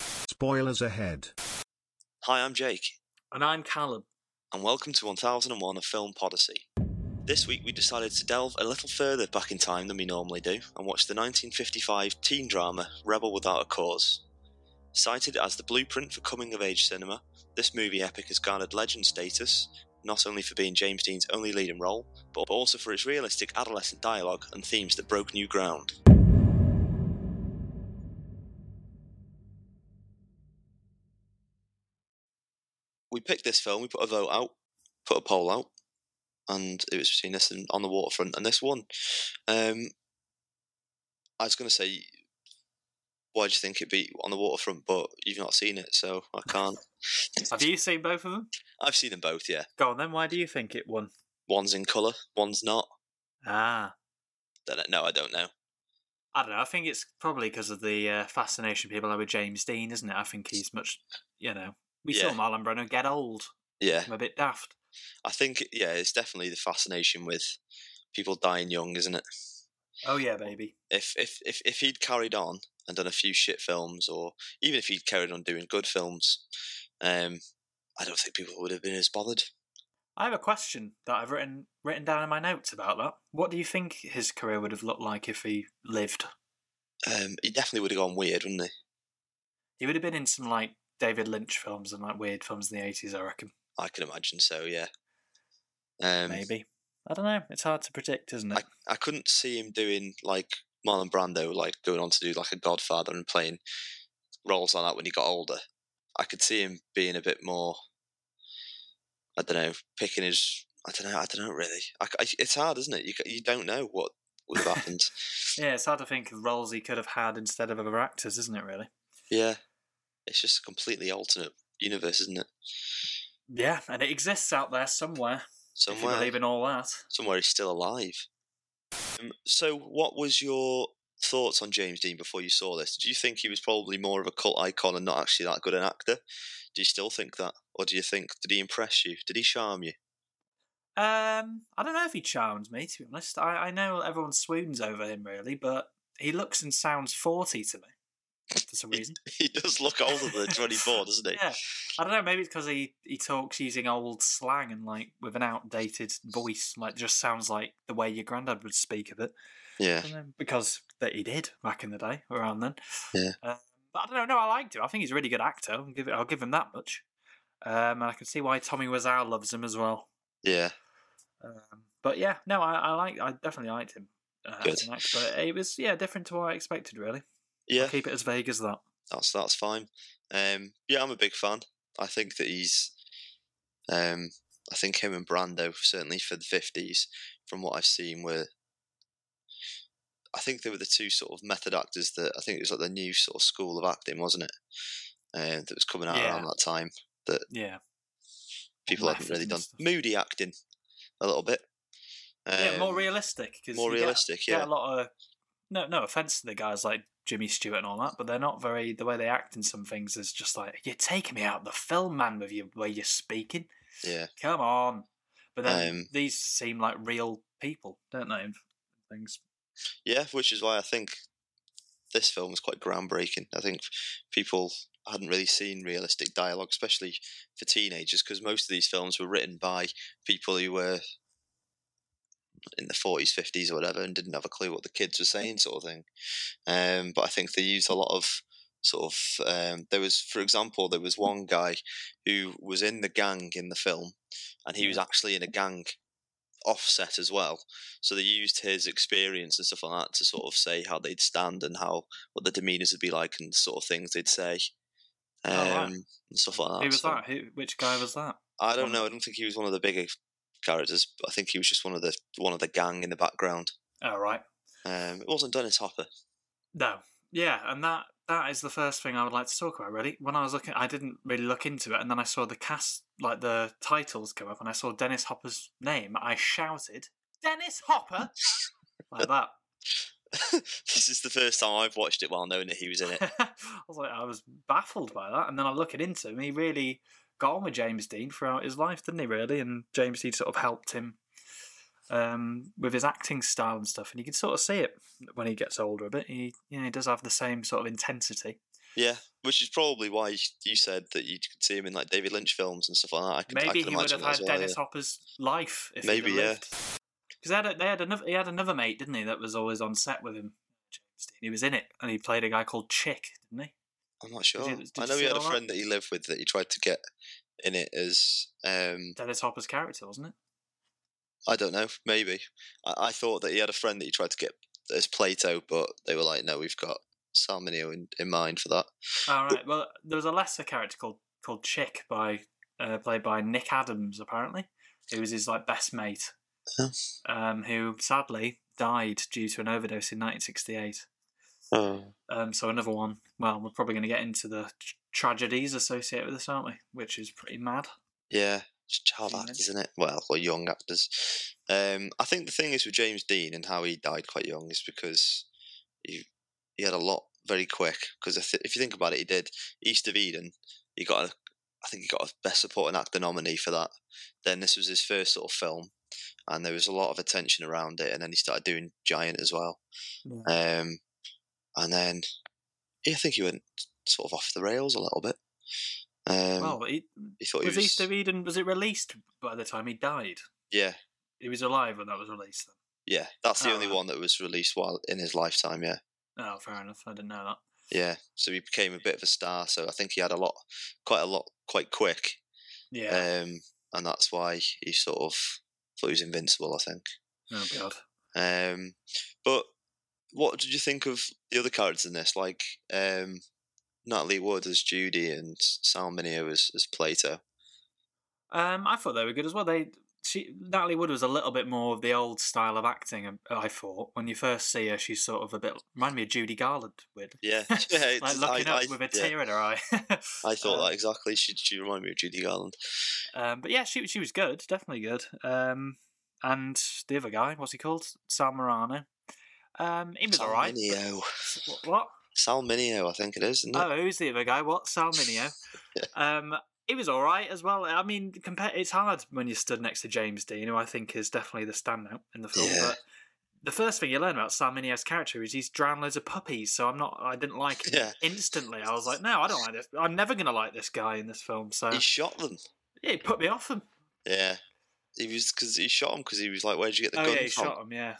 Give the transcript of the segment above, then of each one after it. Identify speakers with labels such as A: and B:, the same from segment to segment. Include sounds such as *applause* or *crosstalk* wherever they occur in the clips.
A: Spoilers ahead.
B: Hi, I'm Jake,
C: And I'm Callum.
B: and welcome to 1001 A Film Podyssey. This week we decided to delve a little further back in time than we normally do and watch the 1955 teen drama Rebel Without a Cause. Cited as the blueprint for coming of age cinema, this movie epic has garnered legend status, not only for being James Dean's only leading role, but also for its realistic adolescent dialogue and themes that broke new ground. we picked this film, we put a vote out, put a poll out, and it was between this and On the Waterfront and this one. Um, I was going to say, why do you think it beat On the Waterfront? But you've not seen it, so I can't. *laughs*
C: Have you seen both of them?
B: I've seen them both, yeah.
C: Go on then. Why do you think it won?
B: One's in colour, one's not.
C: Ah,
B: Don't know- No, I don't know.
C: I don't know. I think it's probably because of the uh, fascination people have with James Dean, isn't it? I think he's much, you know. We saw
B: Yeah.
C: Marlon Brando get old.
B: Yeah,
C: I'm a bit daft.
B: I think, yeah, it's definitely the fascination with people dying young, isn't it?
C: Oh yeah, baby.
B: if if if if he'd carried on and done a few shit films, or even if he'd carried on doing good films, um, I don't think people would have been as bothered.
C: I have a question that I've written written down in my notes about that. What do you think his career would have looked like if he lived?
B: Um, he definitely would have gone weird, wouldn't he?
C: He would have been in some like David Lynch films and like weird films in the eighties, I reckon.
B: I can imagine so. Yeah. Um,
C: Maybe. I don't know. It's hard to predict, isn't it?
B: I I couldn't see him doing like Marlon Brando, like going on to do like a Godfather and playing roles like that when he got older. I could see him being a bit more. I don't know, picking his. I don't know. I don't know really. I c I it's hard, isn't it? You c- you don't know what would have
C: *laughs*
B: happened.
C: Yeah, it's hard to think of roles he could have had instead of other actors, isn't it? Really.
B: Yeah. It's just a completely alternate universe, isn't it?
C: Yeah, and it exists out there somewhere. If you
B: Somewhere,
C: believe in all that.
B: somewhere he's still alive. Um, so, what was your thoughts on James Dean before you saw this? Do you think he was probably more of a cult icon and not actually that good an actor? Do you still think that, or do you think did he impress you? Did he charm you? *laughs*
C: Um, I don't know if he charmed me to be honest. I, I know everyone swoons over him really, but he looks and sounds forty to me for some reason.
B: He does look older than twenty four, doesn't he?
C: Yeah, I don't know. Maybe it's because he he talks using old slang and like with an outdated voice, like just sounds like the way your granddad would speak of it.
B: Yeah. *laughs*
C: I dunno, because that he did back in the day around then.
B: Yeah.
C: Uh, but I don't know. No, I liked him. I think he's a really good actor. I'll give, it, I'll give him that much. Um, and I can see why Tommy Wiseau loves him as well.
B: Yeah.
C: Um, but yeah, no, I, I like. I definitely liked him. Uh,
B: Good.
C: as an actor, but it was yeah different to what I expected. Really,
B: Yeah.
C: keep it as vague as that.
B: that's that's fine. Um, yeah, I'm a big fan. I think that he's, um, I think him and Brando certainly for the fifties, from what I've seen, were. I think they were the two sort of method actors that I think it was like the new sort of school of acting, wasn't it? Um, that was coming out
C: Yeah.
B: around that time.
C: Yeah,
B: People hadn't
C: Method
B: really
C: and
B: done
C: stuff.
B: moody acting, a little bit.
C: yeah, more
B: Um,
C: realistic. 'cause
B: more
C: you get-
B: realistic.
C: Get,
B: yeah,
C: a lot of no, no offense to the guys like Jimmy Stewart and all that, but they're not very. The way they act in some things is just like you're taking me out of the film, man, with your way you're speaking.
B: yeah,
C: Come on, but then
B: Um,
C: these seem like real people, don't they? and Things.
B: yeah. Which is why I think this film was quite groundbreaking. I think people hadn't really seen realistic dialogue, especially for teenagers, because most of these films were written by people who were in the forties, fifties, or whatever, and didn't have a clue what the kids were saying, sort of thing. Um, but I think they used a lot of sort of um, there was, for example, there was one guy who was in the gang in the film, and he was actually in a gang offset as well. So they used his experience and stuff like that to sort of say how they'd stand and how what the demeanours would be like and sort of things they'd say. Um,
C: Oh, right.
B: and stuff like that.
C: Who was
B: so-
C: that? Who? Which guy was that?
B: I don't
C: One-
B: know. I don't think he was one of the bigger characters. I think he was just one of the one of the gang in the background.
C: All Oh, right.
B: Um, it wasn't Dennis Hopper. *laughs*
C: No. Yeah, and that that is the first thing I would like to talk about. Really, when I was looking, I didn't really look into it, and then I saw the cast, like the titles, come up, and I saw Dennis Hopper's name. I shouted, "Dennis Hopper!" like that.
B: this is the first time I've watched it while knowing that he was in it.
C: *laughs* I was like, I was baffled by that, and then I look it into him. He really got on with James Dean throughout his life, didn't he? Really, and James Dean sort of helped him um, with his acting style and stuff, and you can sort of see it when he gets older a bit. He, you know, he does have the same sort of intensity.
B: Yeah, which is probably why you said that you could see him in like David Lynch films and stuff like that. I could, I
C: Maybe
B: could
C: he would
B: imagine
C: have
B: that as
C: had
B: well,
C: Dennis
B: yeah.
C: Hopper's life if
B: Maybe,
C: he'd have
B: yeah.
C: lived. Because they had, a, they had another he had another mate, didn't he? That was always on set with him. James Dean. He was in it, and he played a guy called Chick, didn't he?
B: I'm not sure.
C: it- did
B: I
C: you
B: know he
C: see
B: had a
C: all that?
B: friend that he lived with that he tried to get in it as um
C: Dennis Hopper's character, wasn't it?
B: I don't know, maybe. I, I thought that he had a friend that he tried to get as Plato, but they were like, No, we've got Salmonio in, in mind for that.
C: All right. Well, there was a lesser character called called Chick by uh, played by Nick Adams apparently, who was his like best mate,
B: Oh.
C: um, who sadly died due to an overdose in 1968.
B: Oh.
C: Um, so another one. Well, we're probably going to get into the tr- tragedies associated with this, aren't we? Which is pretty mad.
B: Yeah. It's child
C: Yeah.
B: actors, isn't it? Well, or young actors. Um I think the thing is with James Dean and how he died quite young is because he he had a lot very quick. Because th- if you think about it, he did East of Eden. He got a, I think he got a Best Supporting Actor nominee for that. Then this was his first sort of film, and there was a lot of attention around it. And then he started doing Giant as well. Um, and then yeah, I think he went sort of off the rails a little bit. Um,
C: well, he,
B: he thought he
C: was
B: was,
C: East of E Eden was it released by the time he died?
B: yeah,
C: He was alive when that was released.
B: yeah. That's the
C: Oh,
B: only
C: right.
B: one that was released while in his lifetime. Yeah.
C: Then. Oh, fair enough. I didn't know that.
B: Yeah, so he became a bit of a star. So I think he had a lot, quite a lot, quite quick.
C: Yeah.
B: Um, and that's why he sort of thought he was invincible. I think.
C: oh God.
B: Um, but what did you think of the other characters in this? Like um, Natalie Wood as Judy and Sal Mineo as, as Plato.
C: Um, I thought they were good as well. They she Natalie Wood was a little bit more of the old style of acting. um, I thought when you first see her, she's sort of a bit remind me of Judy Garland. Weird. *laughs*
B: Yeah, *laughs*
C: like
B: it's-
C: looking up
B: I,
C: with a
B: yeah,
C: tear in her eye. *laughs*
B: I thought
C: Um,
B: that exactly. She she reminded me of Judy Garland.
C: Um, but yeah, she she was good, definitely good. Um, and the other guy, what's he called? Sal Morano. Um, he was
B: Sal
C: alright.
B: Mineo.
C: What? what?
B: Sal Mineo, I think it is, isn't it?
C: Oh, who's the other guy? What?
B: *laughs*
C: Salminio. Um, he was all right as well. I mean, compare, it's hard when you're stood next to James Dean, who I think is definitely the standout in the film.
B: Yeah.
C: But the first thing you learn about Salminio's character is he's drowned loads of puppies. So I'm not. I didn't
B: *laughs*
C: like
B: *laughs*
C: it
B: yeah,
C: instantly. I was like, no, I don't like this. I'm never gonna like this guy in this film. So
B: he shot them.
C: yeah, it put me off him.
B: Yeah. He was because he shot him because he was like, "Where'd you get the
C: oh
B: gun
C: yeah, he
B: from?"
C: shot him. Yeah,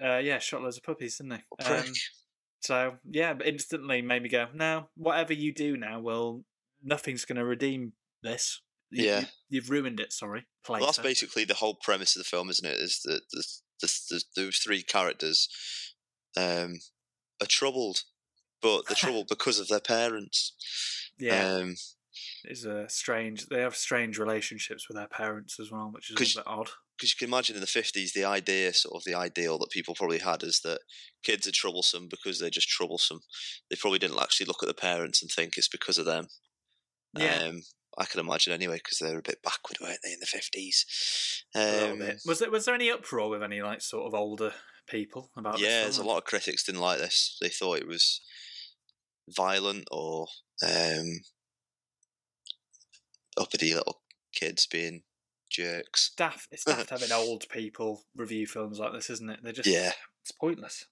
C: uh, yeah, shot loads of puppies, didn't
B: What
C: he? Um,
B: prick.
C: so yeah, but instantly made me go, no, whatever you do now, well, nothing's going to redeem this. You-
B: Yeah.
C: you, have ruined it. Sorry,
B: Well, that's
C: Plato.
B: basically the whole premise of the film, isn't it? Is that the, the, the, those three characters um, are troubled, but
C: *laughs*
B: they're troubled because of their parents.
C: yeah,
B: Um,
C: it's a strange. They have strange relationships with their parents as well, which is a
B: 'Cause-
C: little bit odd.
B: because you can imagine in the 50s the idea sort of the ideal that people probably had is that kids are troublesome because they're just troublesome they probably didn't actually look at the parents and think it's because of them
C: Yeah.
B: um, i can imagine anyway because they were a bit backward weren't they in the 50s
C: a little
B: um,
C: bit. Was there was there any uproar with any like sort of older people about?
B: yeah
C: this
B: there's a
C: film?
B: lot of critics didn't like this they thought it was violent or um, uppity little kids being
C: *laughs*
B: jerks
C: Daft,
B: *laughs*
C: it's daft having old people review films like this, isn't it? They're just
B: yeah
C: it's pointless.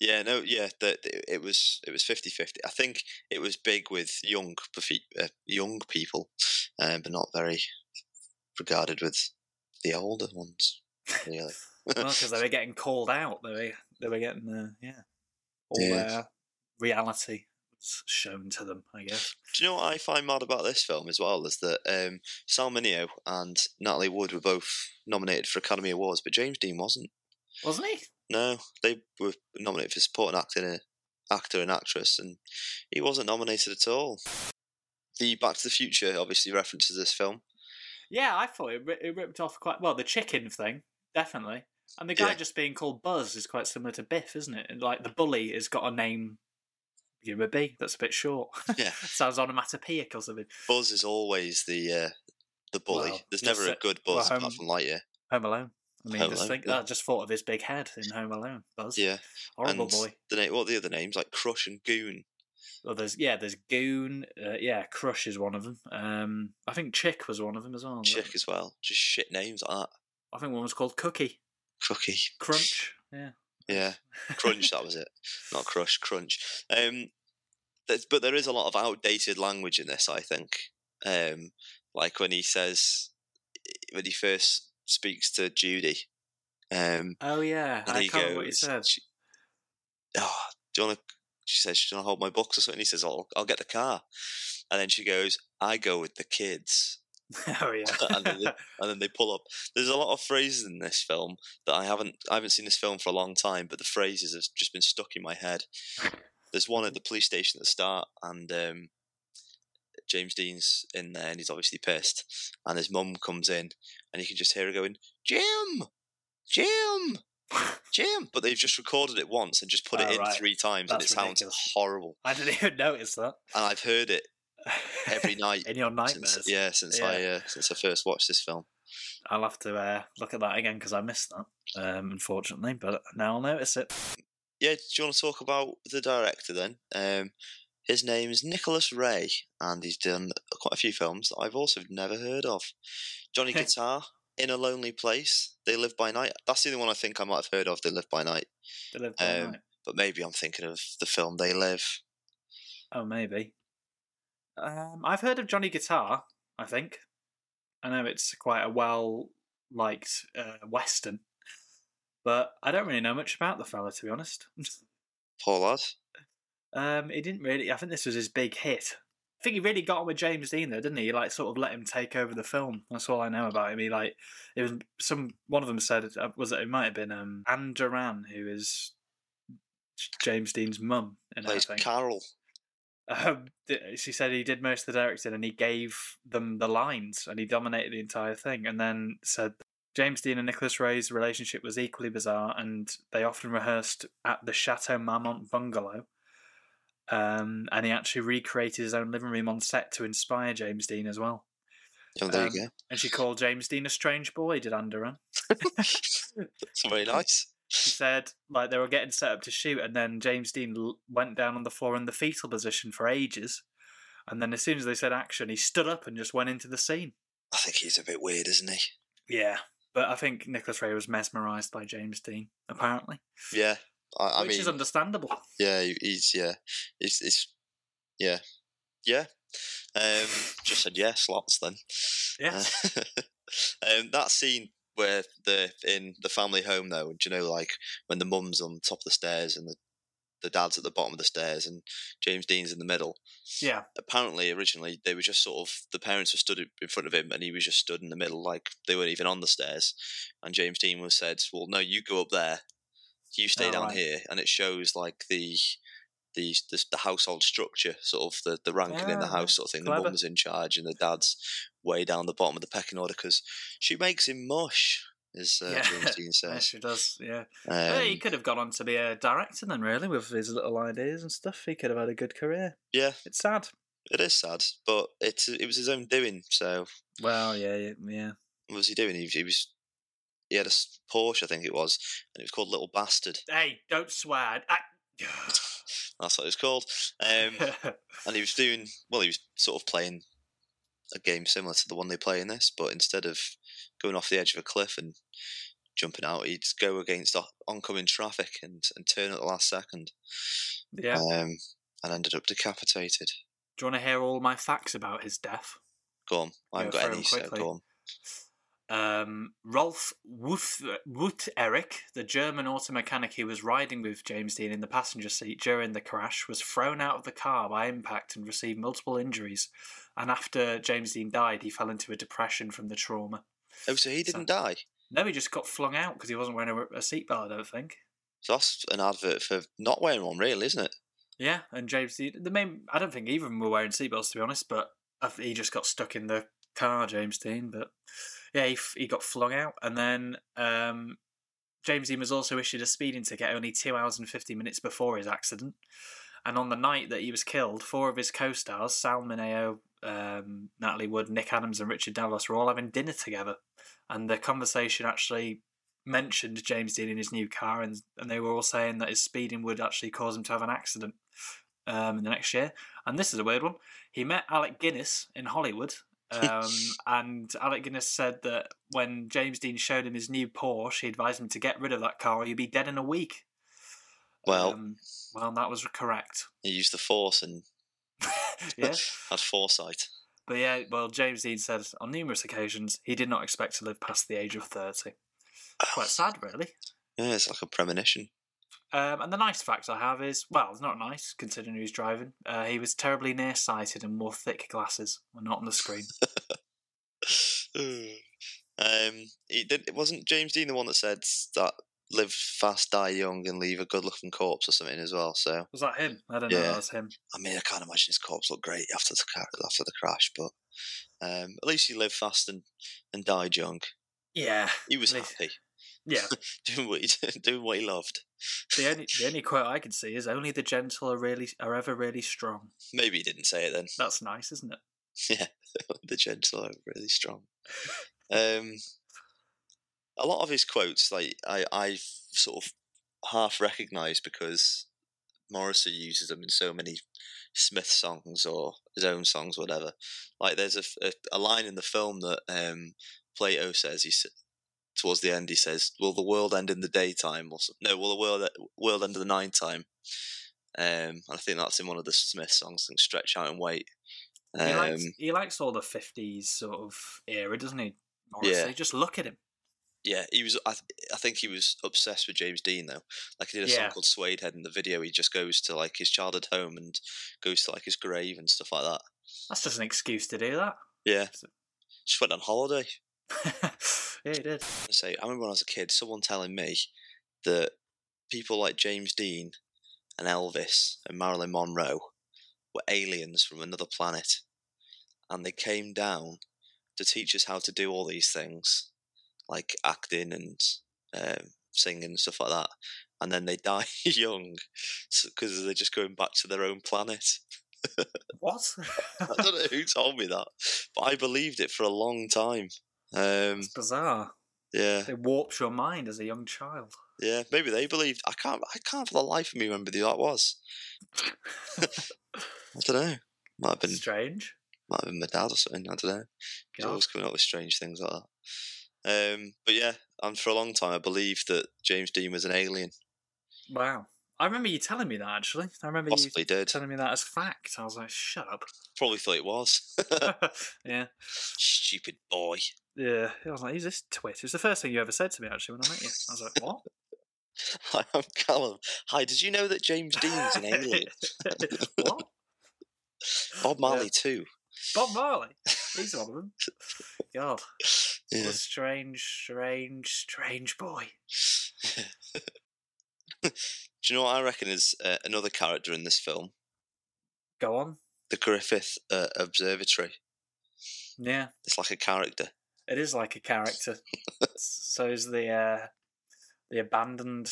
B: Yeah, no, yeah, that it was it was 50-50. I think it was big with young perfe- uh, young people, um, but not very regarded with the older ones. Really,
C: well, because they were getting called out. They were, they were getting, uh, yeah, all
B: Yeah.
C: their reality was shown to them, I guess.
B: do you know what I find mad about this film as well is that um, Sal Mineo and Natalie Wood were both nominated for Academy Awards, but James Dean wasn't.
C: Wasn't he?
B: No, they were nominated for supporting actor and actor and actress, and he wasn't nominated at all. The Back to the Future obviously references this film.
C: Yeah, I thought it, ri- it ripped off quite well. The chicken thing, definitely. And the guy
B: Yeah.
C: just being called Buzz is quite similar to Biff, isn't it? And, Like the bully has got a name, you know, a B that's a bit short.
B: Yeah.
C: *laughs* Sounds onomatopoeic or something.
B: Buzz is always the uh, the bully.
C: Well,
B: There's
C: that's
B: never a
C: it.
B: good Buzz
C: Well,
B: apart
C: um,
B: from Lightyear.
C: Home Alone. I mean,
B: Home
C: just
B: Alone,
C: think,
B: yeah.
C: I just thought of his big head in Home Alone. Buzz.
B: Yeah,
C: Horrible
B: and
C: boy.
B: The name, what are the other names like Crush and Goon?
C: Well, there's yeah, there's Goon. Uh, yeah, Crush is one of them. Um, I think Chick was one of them as well.
B: Chick as well. Just shit names like that.
C: I think one was called Cookie
B: Crookie.
C: Crunch. Yeah.
B: Yeah, Crunch. that was it. Not Crush. Crunch. Um, there's, but there is a lot of outdated language in this. I think, um, like when he says when he first speaks to Judy, um,
C: *laughs* Oh yeah,
B: and
C: I
B: he
C: can't remember what you
B: goes,
C: said.
B: she- "Oh, do you want to?" She says, "Do you want to hold my books or something?" He says, "I'll, I'll get the car," and then she goes, "I go with the kids."
C: *laughs* oh
B: and then
C: yeah,
B: and then they pull up. There's a lot of phrases in this film that I haven't I haven't seen this film for a long time, but the phrases have just been stuck in my head. There's one at the police station at the start, and um, James Dean's in there, and he's obviously pissed. And his mum comes in, and you can just hear her going, "Jim, Jim, Jim," but they've just recorded it once and just put
C: Oh,
B: it in
C: right.
B: three times, and it
C: That's
B: sounds
C: ridiculous.
B: horrible.
C: *laughs* I didn't even notice that.
B: And I've heard it
C: *laughs*
B: every night.
C: in your nightmares.
B: Since, yeah, since I
C: Yeah.
B: uh, since I first watched this film.
C: I'll have to uh, look at that again because I missed that, um, unfortunately. But now I'll notice it.
B: yeah, do you want to talk about the director then? Um, his name is Nicholas Ray, and he's done quite a few films that I've also never heard of. Johnny
C: Okay.
B: Guitar, In a Lonely Place, They Live by Night. That's the only one I think I might have heard of, They Live by Night.
C: They live by
B: Um,
C: night.
B: But maybe I'm thinking of the film They Live.
C: Oh, maybe. Um, I've heard of Johnny Guitar. I think. I know it's quite a well-liked uh, western, but I don't really know much about the fella, to be honest. *laughs*
B: Poor lad.
C: Um, he didn't really. I think this was his big hit. I think he really got on with James Dean though, didn't he? He like sort of let him take over the film. That's all I know about him. He like it was some one of them said uh, was it, it might have been um Anne Duran who is J- James Dean's mum and
B: Plays
C: everything.
B: Carol.
C: Um, th- she said he did most of the directing and he gave them the lines and he dominated the entire thing. And then said James Dean and Nicholas Ray's relationship was equally bizarre and they often rehearsed at the Chateau Marmont bungalow. Um, and he actually recreated his own living room on set to inspire James Dean as well.
B: Oh, there
C: Um,
B: you go.
C: And she called James Dean a strange boy, did Andoran.
B: That's very nice.
C: She said like they were getting set up to shoot, and then James Dean l- went down on the floor in the fetal position for ages. And then as soon as they said action, he stood up and just went into the scene.
B: I think he's a bit weird, isn't he?
C: Yeah, but I think Nicholas Ray was mesmerised by James Dean, apparently,
B: Yeah. I, I
C: which
B: mean,
C: is understandable.
B: Yeah, he- he's yeah, it's it's yeah, yeah. Um, just said yes lots then.
C: Yeah.
B: *laughs* um, that scene where they're in the family home though, and do you know like when the mum's on top of the stairs and the the dad's at the bottom of the stairs and James Dean's in the middle.
C: Yeah,
B: Apparently, originally they were just sort of the parents were stood in front of him, and he was just stood in the middle, like they weren't even on the stairs. And James Dean was said, "Well, no, you go up there, you stay
C: Oh,
B: down
C: right.
B: here," and it shows like the the the, the household structure, sort of the the ranking in the
C: Ah,
B: house, sort of thing. The
C: clever.
B: mum's in charge, and the dad's way down the bottom of the pecking order because she makes him mush, as uh,
C: Yeah.
B: James
C: *laughs*
B: Dean
C: yeah,
B: says.
C: she does. Yeah,
B: Um,
C: But he could have gone on to be a director then, really, with his little ideas and stuff. He could have had a good career.
B: Yeah.
C: it's sad.
B: it is sad, but it's it was his own doing, so
C: Well, yeah, yeah, yeah.
B: what was he doing? He, he was he had a s- Porsche, I think it was, and it was called Little Bastard.
C: Hey, don't swear. I... *sighs*
B: That's what it was called. Um, and he was doing well. He was sort of playing a game similar to the one they play in this, but instead of going off the edge of a cliff and jumping out, he'd go against o- oncoming traffic and, and turn at the last second,
C: *laughs* yeah.
B: um, and ended up decapitated.
C: Do you want to hear all my facts about his death?
B: Go on, I haven't
C: Yeah,
B: got
C: throw
B: any.
C: him
B: So
C: quickly.
B: go on.
C: Um, Rolf Wuth- Wuth-Erich, the German auto mechanic who was riding with James Dean in the passenger seat during the crash, was thrown out of the car by impact and received multiple injuries. And after James Dean died, he fell into a depression from the trauma.
B: Oh, so he
C: So-
B: didn't die.
C: No, he just got flung out because he wasn't wearing a, a seatbelt, I don't think.
B: So that's an advert for not wearing one, really, isn't it?
C: Yeah, and James Dean, the main, I don't think either of them were wearing seatbelts to be honest, but I th- he just got stuck in the car, James Dean. But yeah, he, f- he got flung out, and then um, James Dean was also issued a speeding ticket only two hours and fifty minutes before his accident. And on the night that he was killed, four of his co-stars, Sal Mineo, um, Natalie Wood, Nick Adams, and Richard Dallas, were all having dinner together, and the conversation actually mentioned James Dean in his new car, and and they were all saying that his speeding would actually cause him to have an accident um, in the next year. And this is a weird one. He met Alec Guinness in Hollywood, um, and Alec Guinness said that when James Dean showed him his new Porsche, he advised him to get rid of that car or you'd be dead in a week.
B: Well,
C: Um, well, that was correct.
B: he used the force and
C: yeah.
B: *laughs* Had foresight.
C: But yeah, well, James Dean said on numerous occasions he did not expect to live past the age of 30. Quite sad, really.
B: Yeah, it's like a premonition.
C: Um, and the nice fact I have is, well, it's not nice considering who's driving. Uh, he was terribly nearsighted and wore thick glasses when not on the screen.
B: *sighs* um, it, did, it wasn't James Dean the one that said that live fast, die young, and leave a good-looking corpse or something as well. So
C: Was that him? I don't know.
B: Yeah.
C: That was him.
B: I mean, I can't imagine his corpse looked great after the car, after the crash, but um, at least he lived fast and and died young.
C: Yeah.
B: He was
C: At least-
B: happy *laughs*
C: Yeah.
B: doing what he *laughs* doing what he loved.
C: the only the only quote I can see is only the gentle are really are ever really strong.
B: Maybe he didn't say it then.
C: That's nice, isn't it?
B: Yeah, *laughs* the gentle are really strong. Um, a lot of his quotes, like I, I've sort of half recognised because Morrissey uses them in so many Smith songs or his own songs, whatever. Like there's a, f- a- a line in the film that um, Plato says. He s- towards the end he says, "Will the world end in the daytime?" Or some- no, will the world world end in the night time? Um, and I think that's in one of the Smith songs. I think "Stretch Out and Wait."
C: He
B: Um,
C: likes he likes all the fifties sort of era, doesn't he? Morrissey?
B: Yeah.
C: Just look at him.
B: Yeah, he was. I, th- I think he was obsessed with James Dean though. Like he did a
C: Yeah.
B: song called Suede Head in the video. He just goes to like his childhood home and goes to like his grave and stuff like that.
C: That's just an excuse to do that. *laughs*
B: Yeah, just went on holiday.
C: yeah, he did.
B: I say, I remember when I was a kid, someone telling me that people like James Dean and Elvis and Marilyn Monroe were aliens from another planet, and they came down to teach us how to do all these things, like acting and um, singing and stuff like that. And then they *laughs* die young because they're just going back to their own planet.
C: What?
B: Um, I don't know who told me that, but I believed it for a long time. Um,
C: it's bizarre.
B: yeah.
C: It warps your mind as a young child.
B: Yeah, maybe they believed. I can't. I can't for the life of me remember who that was. I don't know. Might have been.
C: Strange.
B: Might have been my dad or something. I don't know. He's
C: God.
B: always coming up with strange things like that. Um, but yeah, and for a long time, I believed that James Dean was an alien.
C: Wow. I remember you telling me that actually. I remember
B: Possibly
C: you
B: did.
C: telling me that as fact. I was like, shut
B: Probably thought it was. *laughs*
C: up. *laughs* yeah.
B: Stupid boy. *laughs*
C: Yeah, I was like, "Who's this twit?" It was the first thing you ever said to me actually when I met you. I was like, "What?"
B: Hi, I'm Callum. Hi. Did you know that James *laughs* Dean's an alien?
C: *laughs* what?
B: Bob Marley
C: Yeah.
B: too.
C: Bob Marley. He's one of them. God, what
B: Yeah.
C: a strange, strange, strange boy.
B: Do you know what I reckon is uh, another character in this film?
C: Go on.
B: The Griffith uh, Observatory.
C: Yeah,
B: It's like a character.
C: it is like a character. so is the uh, the abandoned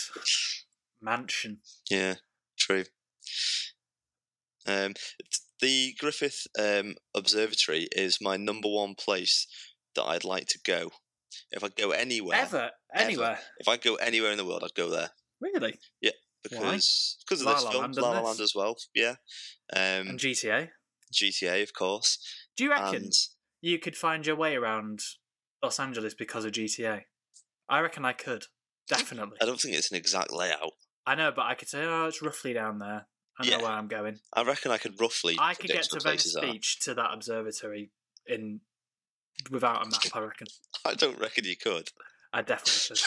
C: mansion.
B: Yeah, true. Um, t- the Griffith um, Observatory is my number one place that I'd like to go. If I go anywhere,
C: ever, anywhere,
B: if I go anywhere in the world, I'd go there
C: really? Why?
B: because because of
C: La
B: this
C: La
B: film,
C: Land and
B: La La
C: this.
B: Land as well. Yeah, um,
C: And GTA.
B: GTA of course,
C: Do you reckon
B: and
C: you could find your way around Los Angeles because of GTA? I reckon I could. Definitely.
B: I don't think it's an exact layout.
C: I know, but I could say, oh, it's roughly down there. I know
B: Yeah.
C: where I'm going.
B: I reckon I could roughly.
C: I could
B: predict
C: get to
B: where
C: Venice
B: places are.
C: Beach to that observatory in without a map. I reckon.
B: *laughs* I don't reckon you could.
C: I
B: *laughs*
C: definitely could.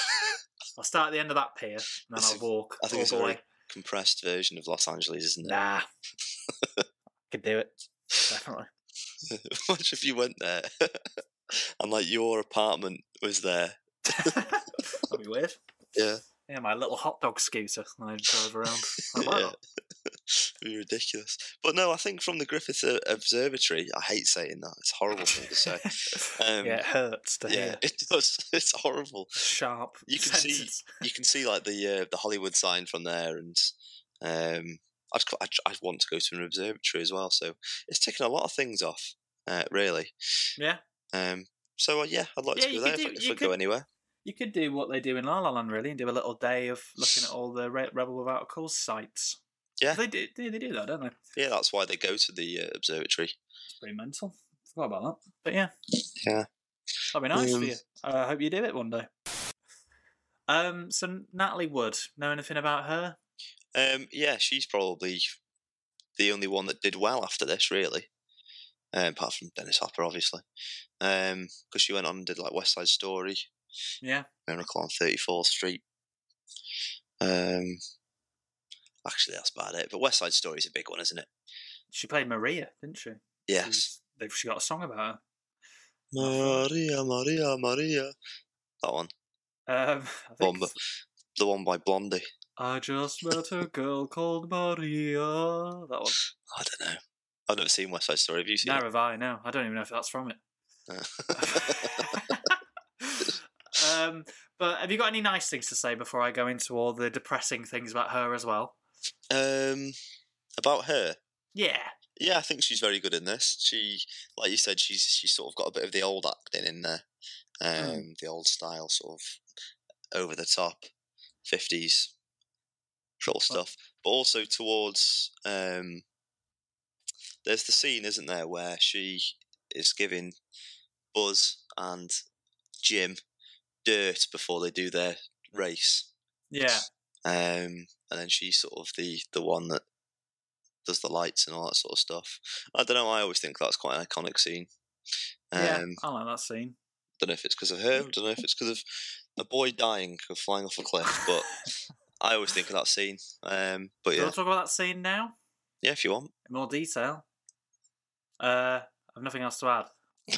C: I'll start at the end of that pier and then
B: It's
C: I'll
B: a-
C: walk
B: I think
C: all
B: it's
C: the
B: a
C: way.
B: Compressed version of Los Angeles, isn't it?
C: Nah,
B: *laughs*
C: could do it. Definitely.
B: *laughs* Much if you went there *laughs* and like your apartment was there.
C: That'd be weird.
B: Yeah.
C: Yeah, my little hot dog scooter and I drive around. Like, why
B: Yeah.
C: not?
B: It'd be ridiculous. But no, I think from the Griffith uh, Observatory, I hate saying that. It's a horrible thing to
C: *laughs*
B: say. Um,
C: yeah, it hurts to
B: yeah,
C: hear.
B: it does. *laughs* It's horrible.
C: Sharp.
B: You can see-
C: sentence.
B: You can see like the uh, the Hollywood sign from there, and um, I just I, I want to go to an observatory as well. So it's ticking a lot of things off, uh, really.
C: Yeah.
B: Um. So uh, yeah, I'd like
C: Yeah,
B: to
C: you
B: go there if,
C: could do-
B: I- if
C: you
B: I go
C: could-
B: anywhere.
C: You could do what they do in La La Land, really, and do a little day of looking at all the Re- Rebel Without a Cause sites.
B: Yeah.
C: they do. They, they do that, don't they? It's
B: Yeah, that's why they go to the uh, observatory.
C: pretty mental. Forgot about that. But yeah,
B: Yeah.
C: that'd be nice
B: Um,
C: for you. I hope you do it one day. Um, so Natalie Wood, know anything about her?
B: Um, yeah, she's probably the only one that did well after this, really, um, apart from Dennis Hopper, obviously, because she went on and did like West Side Story,
C: Yeah.
B: Miracle on Thirty Fourth Street. Um, actually, that's about it. But West Side Story is a big one, isn't it?
C: She played Maria, didn't she?
B: Yes.
C: She's- They've she got a song about
B: Maria, Maria, Maria. That one,
C: her. Um, I, think
B: Bomba.
C: it's,
B: the one by Blondie.
C: I just met a girl called Maria. That one.
B: I don't know. I've never seen West Side Story. Have you seen?
C: Neither have I. No, I don't even know if
B: *laughs*
C: that's from it. *laughs* um, but have you got any nice things to say before I go into all the depressing things about her as well?
B: it? um, about her.
C: Yeah,
B: Yeah, I think she's very good in this. She, like you said, she's she's sort of got a bit of the old acting in there, um, the old style sort of over the top, fifties, sort of stuff. But also towards, um, there's the scene, isn't there, where she is giving Buzz and Jim dirt before they do their race.
C: yeah,
B: Um, and then she's sort of the the one that does the lights and all that sort of stuff. I don't know. I always think that's quite an iconic scene. Um,
C: yeah. I like that scene.
B: Don't know if it's because of her. Don't know if it's because of a boy dying or flying off a cliff.
C: *laughs*
B: But I always think of that scene. Um, but
C: Do you
B: yeah,
C: want to talk about that scene now
B: yeah, if you want.
C: in more detail? Uh, I've nothing else to add.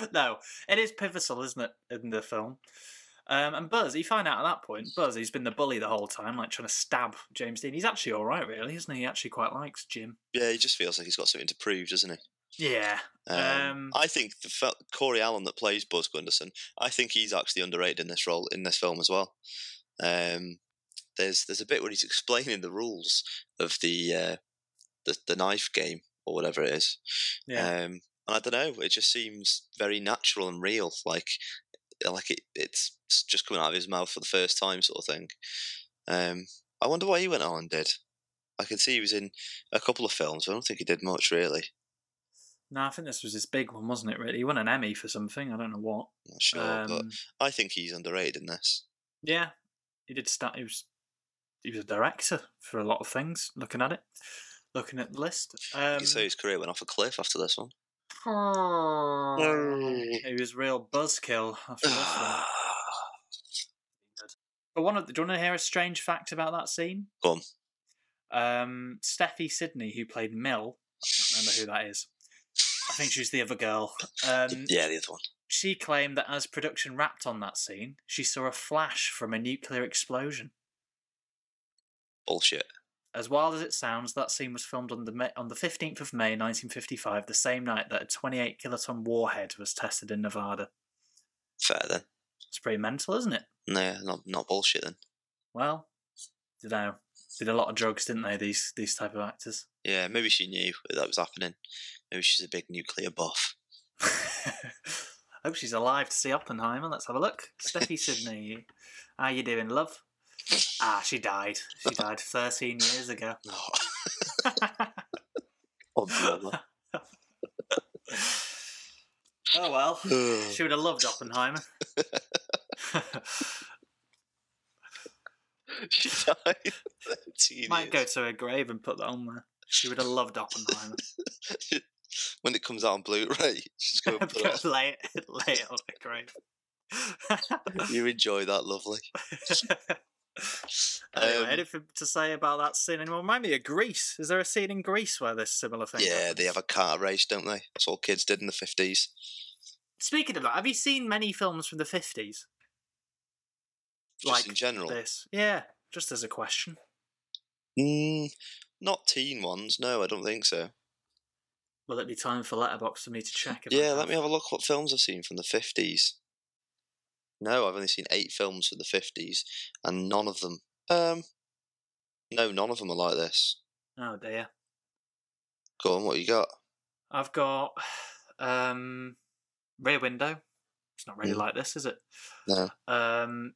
C: *laughs* no, it is pivotal, isn't it, in the film? Um, and Buzz, you find out at that point, Buzz, he's been the bully the whole time, like trying to stab James Dean. He's actually all right, really, isn't he? He actually quite likes Jim.
B: Yeah, he just feels like he's got something to prove, doesn't he?
C: Yeah, Um,
B: I think the fel- Corey Allen that plays Buzz Gunderson, I think he's actually underrated in this role in this film as well. Um, there's there's a bit where he's *laughs* explaining the rules of the uh, the, the knife game or whatever it is,
C: yeah.
B: um, and I don't know, it just seems very natural and real, like eh, like it, it's just coming out of his mouth for the first time, sort of thing. Um, I wonder what he went on and did. I can see he was in a couple of films, but I don't think he did much really.
C: no, I think this was his big one, wasn't it? Really, he won an Emmy for something. I don't know what.
B: Not sure, but
C: Um,
B: I think he's underrated in this.
C: yeah, he did start. He was he was a director for a lot of things. Looking at it, looking at the list. Um,
B: you could say
C: *sighs*
B: his career went off a cliff after this one.
C: he was real buzzkill after
B: *sighs*
C: this one. But one of the, do you want to hear a strange fact about that scene?
B: Go on.
C: Um, Steffi Sidney, who played Mill, I can't remember who that is. I think she was the other girl. Um,
B: yeah, the other one.
C: She claimed that as production wrapped on that scene, she saw a flash from a nuclear explosion.
B: Bullshit.
C: As wild as it sounds, that scene was filmed on the Ma- on the 15th of May 1955, the same night that a 28 kiloton warhead was tested in Nevada.
B: Fair then.
C: It's pretty mental, isn't it?
B: No, not not bullshit then.
C: Well, you know, did a lot of drugs, didn't they? These these type of actors. *laughs*
B: Yeah, maybe she knew that was happening. Maybe she's a big nuclear
C: *laughs*
B: buff.
C: Hope she's alive to see Oppenheimer. Let's have a look. Steffi Sydney, how you doing, love? Ah, she died. She died 13 years ago.
B: Oh, odd fella.
C: *laughs*
B: *sighs*
C: oh well.
B: Ugh.
C: She would have loved Oppenheimer.
B: she died. *laughs* 13
C: Might go
B: years.
C: to her grave and put that on there. She would have loved Oppenheimer.
B: *laughs* When it comes out on Blu-ray, *laughs* she's going
C: *laughs*
B: to put it. on.
C: lay, it, lay it on her *laughs* grave.
B: You enjoy that, lovely.
C: anyway,
B: Um,
C: anything to say about that scene anymore? Remind me of Greece. Is there a scene in Greece where this similar thing?
B: Yeah, they
C: happens?
B: have a car race, don't they? That's all kids did in the fifties.
C: Speaking of that, have you seen many films from the fifties
B: Just
C: Like
B: in general.
C: this? Yeah, just as a question.
B: Mm, not teen ones. No, I don't think so.
C: Will it be time for Letterbox for me to check? if I
B: Yeah, let me have a look what films I've seen from the 50s. No, I've only seen eight films from the 50s, and none of them. Um, no, none of them are like this.
C: Oh dear,
B: Go on, what you got?
C: I've got *sighs* um, Rear Window. It's not really
B: Mm.
C: like this, is it?
B: No.
C: Um,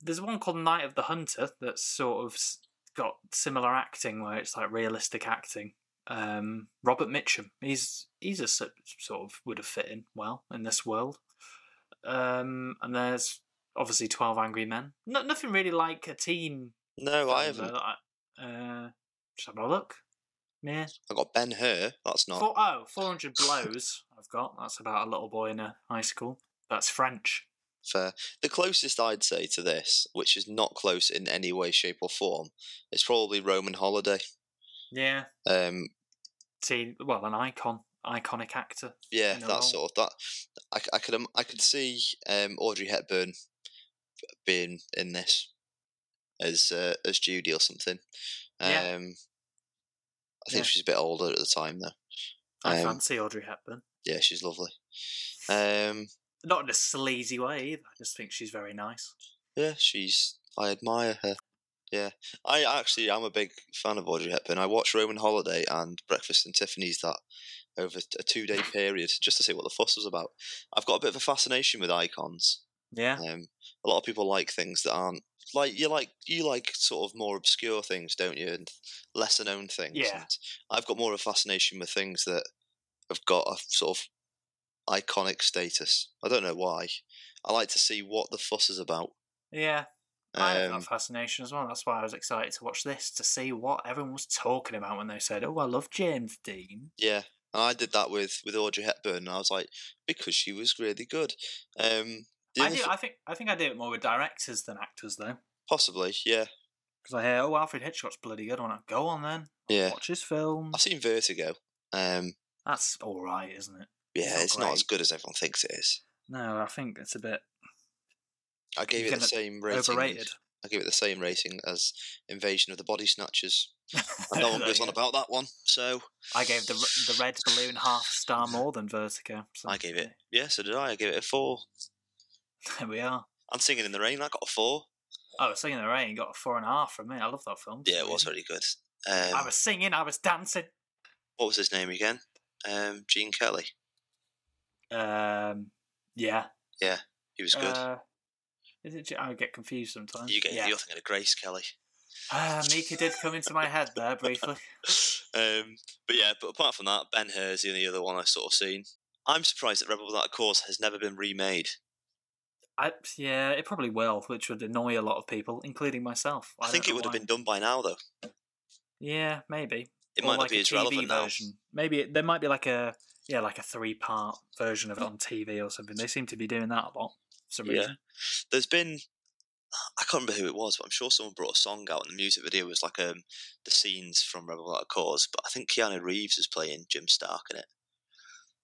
C: there's one called Night of the Hunter that's sort of s- got similar acting where it's like realistic acting. Um, Robert Mitchum, he's he's a s- sort of would have fit in well in this world. Um, and there's obviously Twelve Angry Men. No, nothing really like a teen.
B: No, I
C: film,
B: haven't.
C: though, that I- Uh, just have a look. Yeah.
B: I got Ben Hur. That's not.
C: Four, oh, 400 blows I've got. That's about a little boy in a high school. That's French.
B: Fair. The closest I'd say to this, which is not close in any way, shape, or form, is probably Roman Holiday.
C: Yeah.
B: Um,
C: See, well, an icon, iconic actor.
B: yeah,
C: No.
B: that sort of that. I, I could im- I could see um, Audrey Hepburn being in this as uh, as Judy or something. Um,
C: Yeah.
B: I think
C: Yeah.
B: she's a bit older at the time though.
C: I
B: Um,
C: fancy Audrey Hepburn.
B: Yeah, she's lovely. Um,
C: Not in a sleazy way either. I just think she's very nice.
B: Yeah, she's. I admire her. Yeah, I actually am a big fan of Audrey Hepburn. I watched Roman Holiday and Breakfast and Tiffany's that over a two day period just to see what the fuss was about. I've got a bit of a fascination with icons.
C: Yeah.
B: Um, a lot of people like things that aren't like you like you like sort of more obscure things, don't you, and lesser known things.
C: Yeah.
B: and I've got more of a fascination with things that have got a sort of iconic status. I don't know why. I like to see what the fuss is about.
C: Yeah. I have
B: Um,
C: that fascination as well. That's why I was excited to watch this to see what everyone was talking about when they said, "Oh, I love James Dean."
B: yeah, and I did that with with Audrey Hepburn, and I was like, because she was really good. Um, the
C: I
B: other
C: do.
B: thi-
C: I think. I think I do it more with directors than actors, though,
B: possibly, yeah,
C: because I hear, "Oh, Alfred Hitchcock's bloody good." I want to go on then.
B: yeah.
C: Watch his film.
B: I've seen Vertigo. Um,
C: That's all right, isn't it?
B: yeah,
C: not
B: it's not as
C: great.
B: good as everyone thinks it is.
C: No, I think it's a bit
B: I gave it
C: Gonna-
B: the same rating.
C: overrated.
B: I gave it the same rating as Invasion of the Body Snatchers.
C: *laughs*
B: And no one goes on about that one, so
C: I gave the the red balloon half a *laughs* star more than Vertigo. So
B: I gave it. Yeah, so did I. I gave it a four.
C: *laughs* There we are.
B: And Singing in the Rain, I got a four.
C: Oh, Singing in the Rain got a four and a half from me. I love that film. for
B: Yeah,
C: some
B: it was
C: reason.
B: really good. Um,
C: I was singing. I was dancing.
B: What was his name again? Um, Gene Kelly.
C: Um, yeah.
B: He was good.
C: Uh, is it? J- I get confused sometimes.
B: you gave
C: yeah.
B: you're thinking of Grace Kelly. *laughs*
C: Ah, Mika did come into my head there briefly.
B: um, but yeah, but apart from that, Ben Hur is the only other one I've sort of seen. I'm surprised that Rebel Without a Cause has never been remade.
C: I, yeah, it probably will, which would annoy a lot of people, including myself.
B: I, think it
C: don't know
B: would have
C: why.
B: been done by now, though.
C: Yeah, maybe.
B: It
C: Or
B: might
C: like
B: not be
C: a
B: as
C: TV
B: relevant now.
C: version. Maybe it, there might be like a yeah, like a three part version of it on TV or something. They seem to be doing that a lot for some
B: Yeah.
C: reason.
B: there's been I can't remember who it was, but I'm sure someone brought a song out, and the music video was like um the scenes from Rebel Without a Cause. But I think Keanu Reeves is playing Jim Stark in it.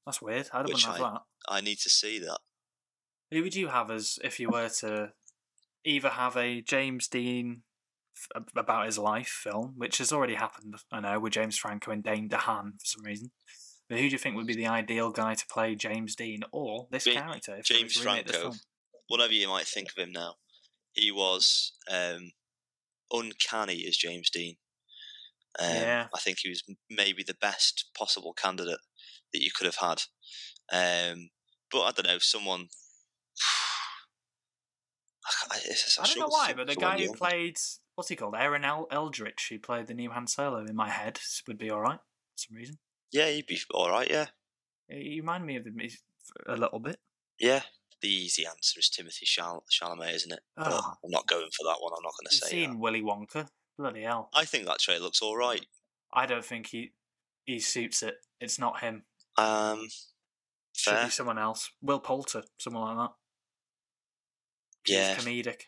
C: That's weird. I wouldn't
B: Which
C: have
B: I-
C: that.
B: I need to see that.
C: Who would you have as if you were to either have a James Dean f- about his life film, which has already happened, I know, with James Franco and Dane DeHaan for some reason. But who do you think would be the ideal guy to play James Dean or this
B: Ja-
C: character? If they were
B: James
C: to remake this
B: Franco.
C: film?
B: Whatever you might think of him now, he was um, uncanny as James Dean. Um,
C: Yeah.
B: I think he was m- maybe the best possible candidate that you could have had. Um, but I don't know, someone. *sighs* I, I,
C: I don't know why, but the guy who played what's he called, Aaron El- Eldritch, who played the new Han Solo in my head, would be all right for some reason.
B: Yeah, he'd be all right. Yeah,
C: He he reminded me of him a little bit.
B: Yeah, the easy answer is Timothy Chal- Chalamet, isn't it? But
C: Oh.
B: I'm not going for that one. I'm not going to
C: You've
B: say uh
C: seen
B: that.
C: Willy Wonka, bloody hell!
B: I think that trailer looks all right.
C: I don't think he he suits it. It's not him.
B: Um,
C: Should
B: Fair.
C: be someone else. Will Poulter, someone like that.
B: yeah,
C: He's comedic.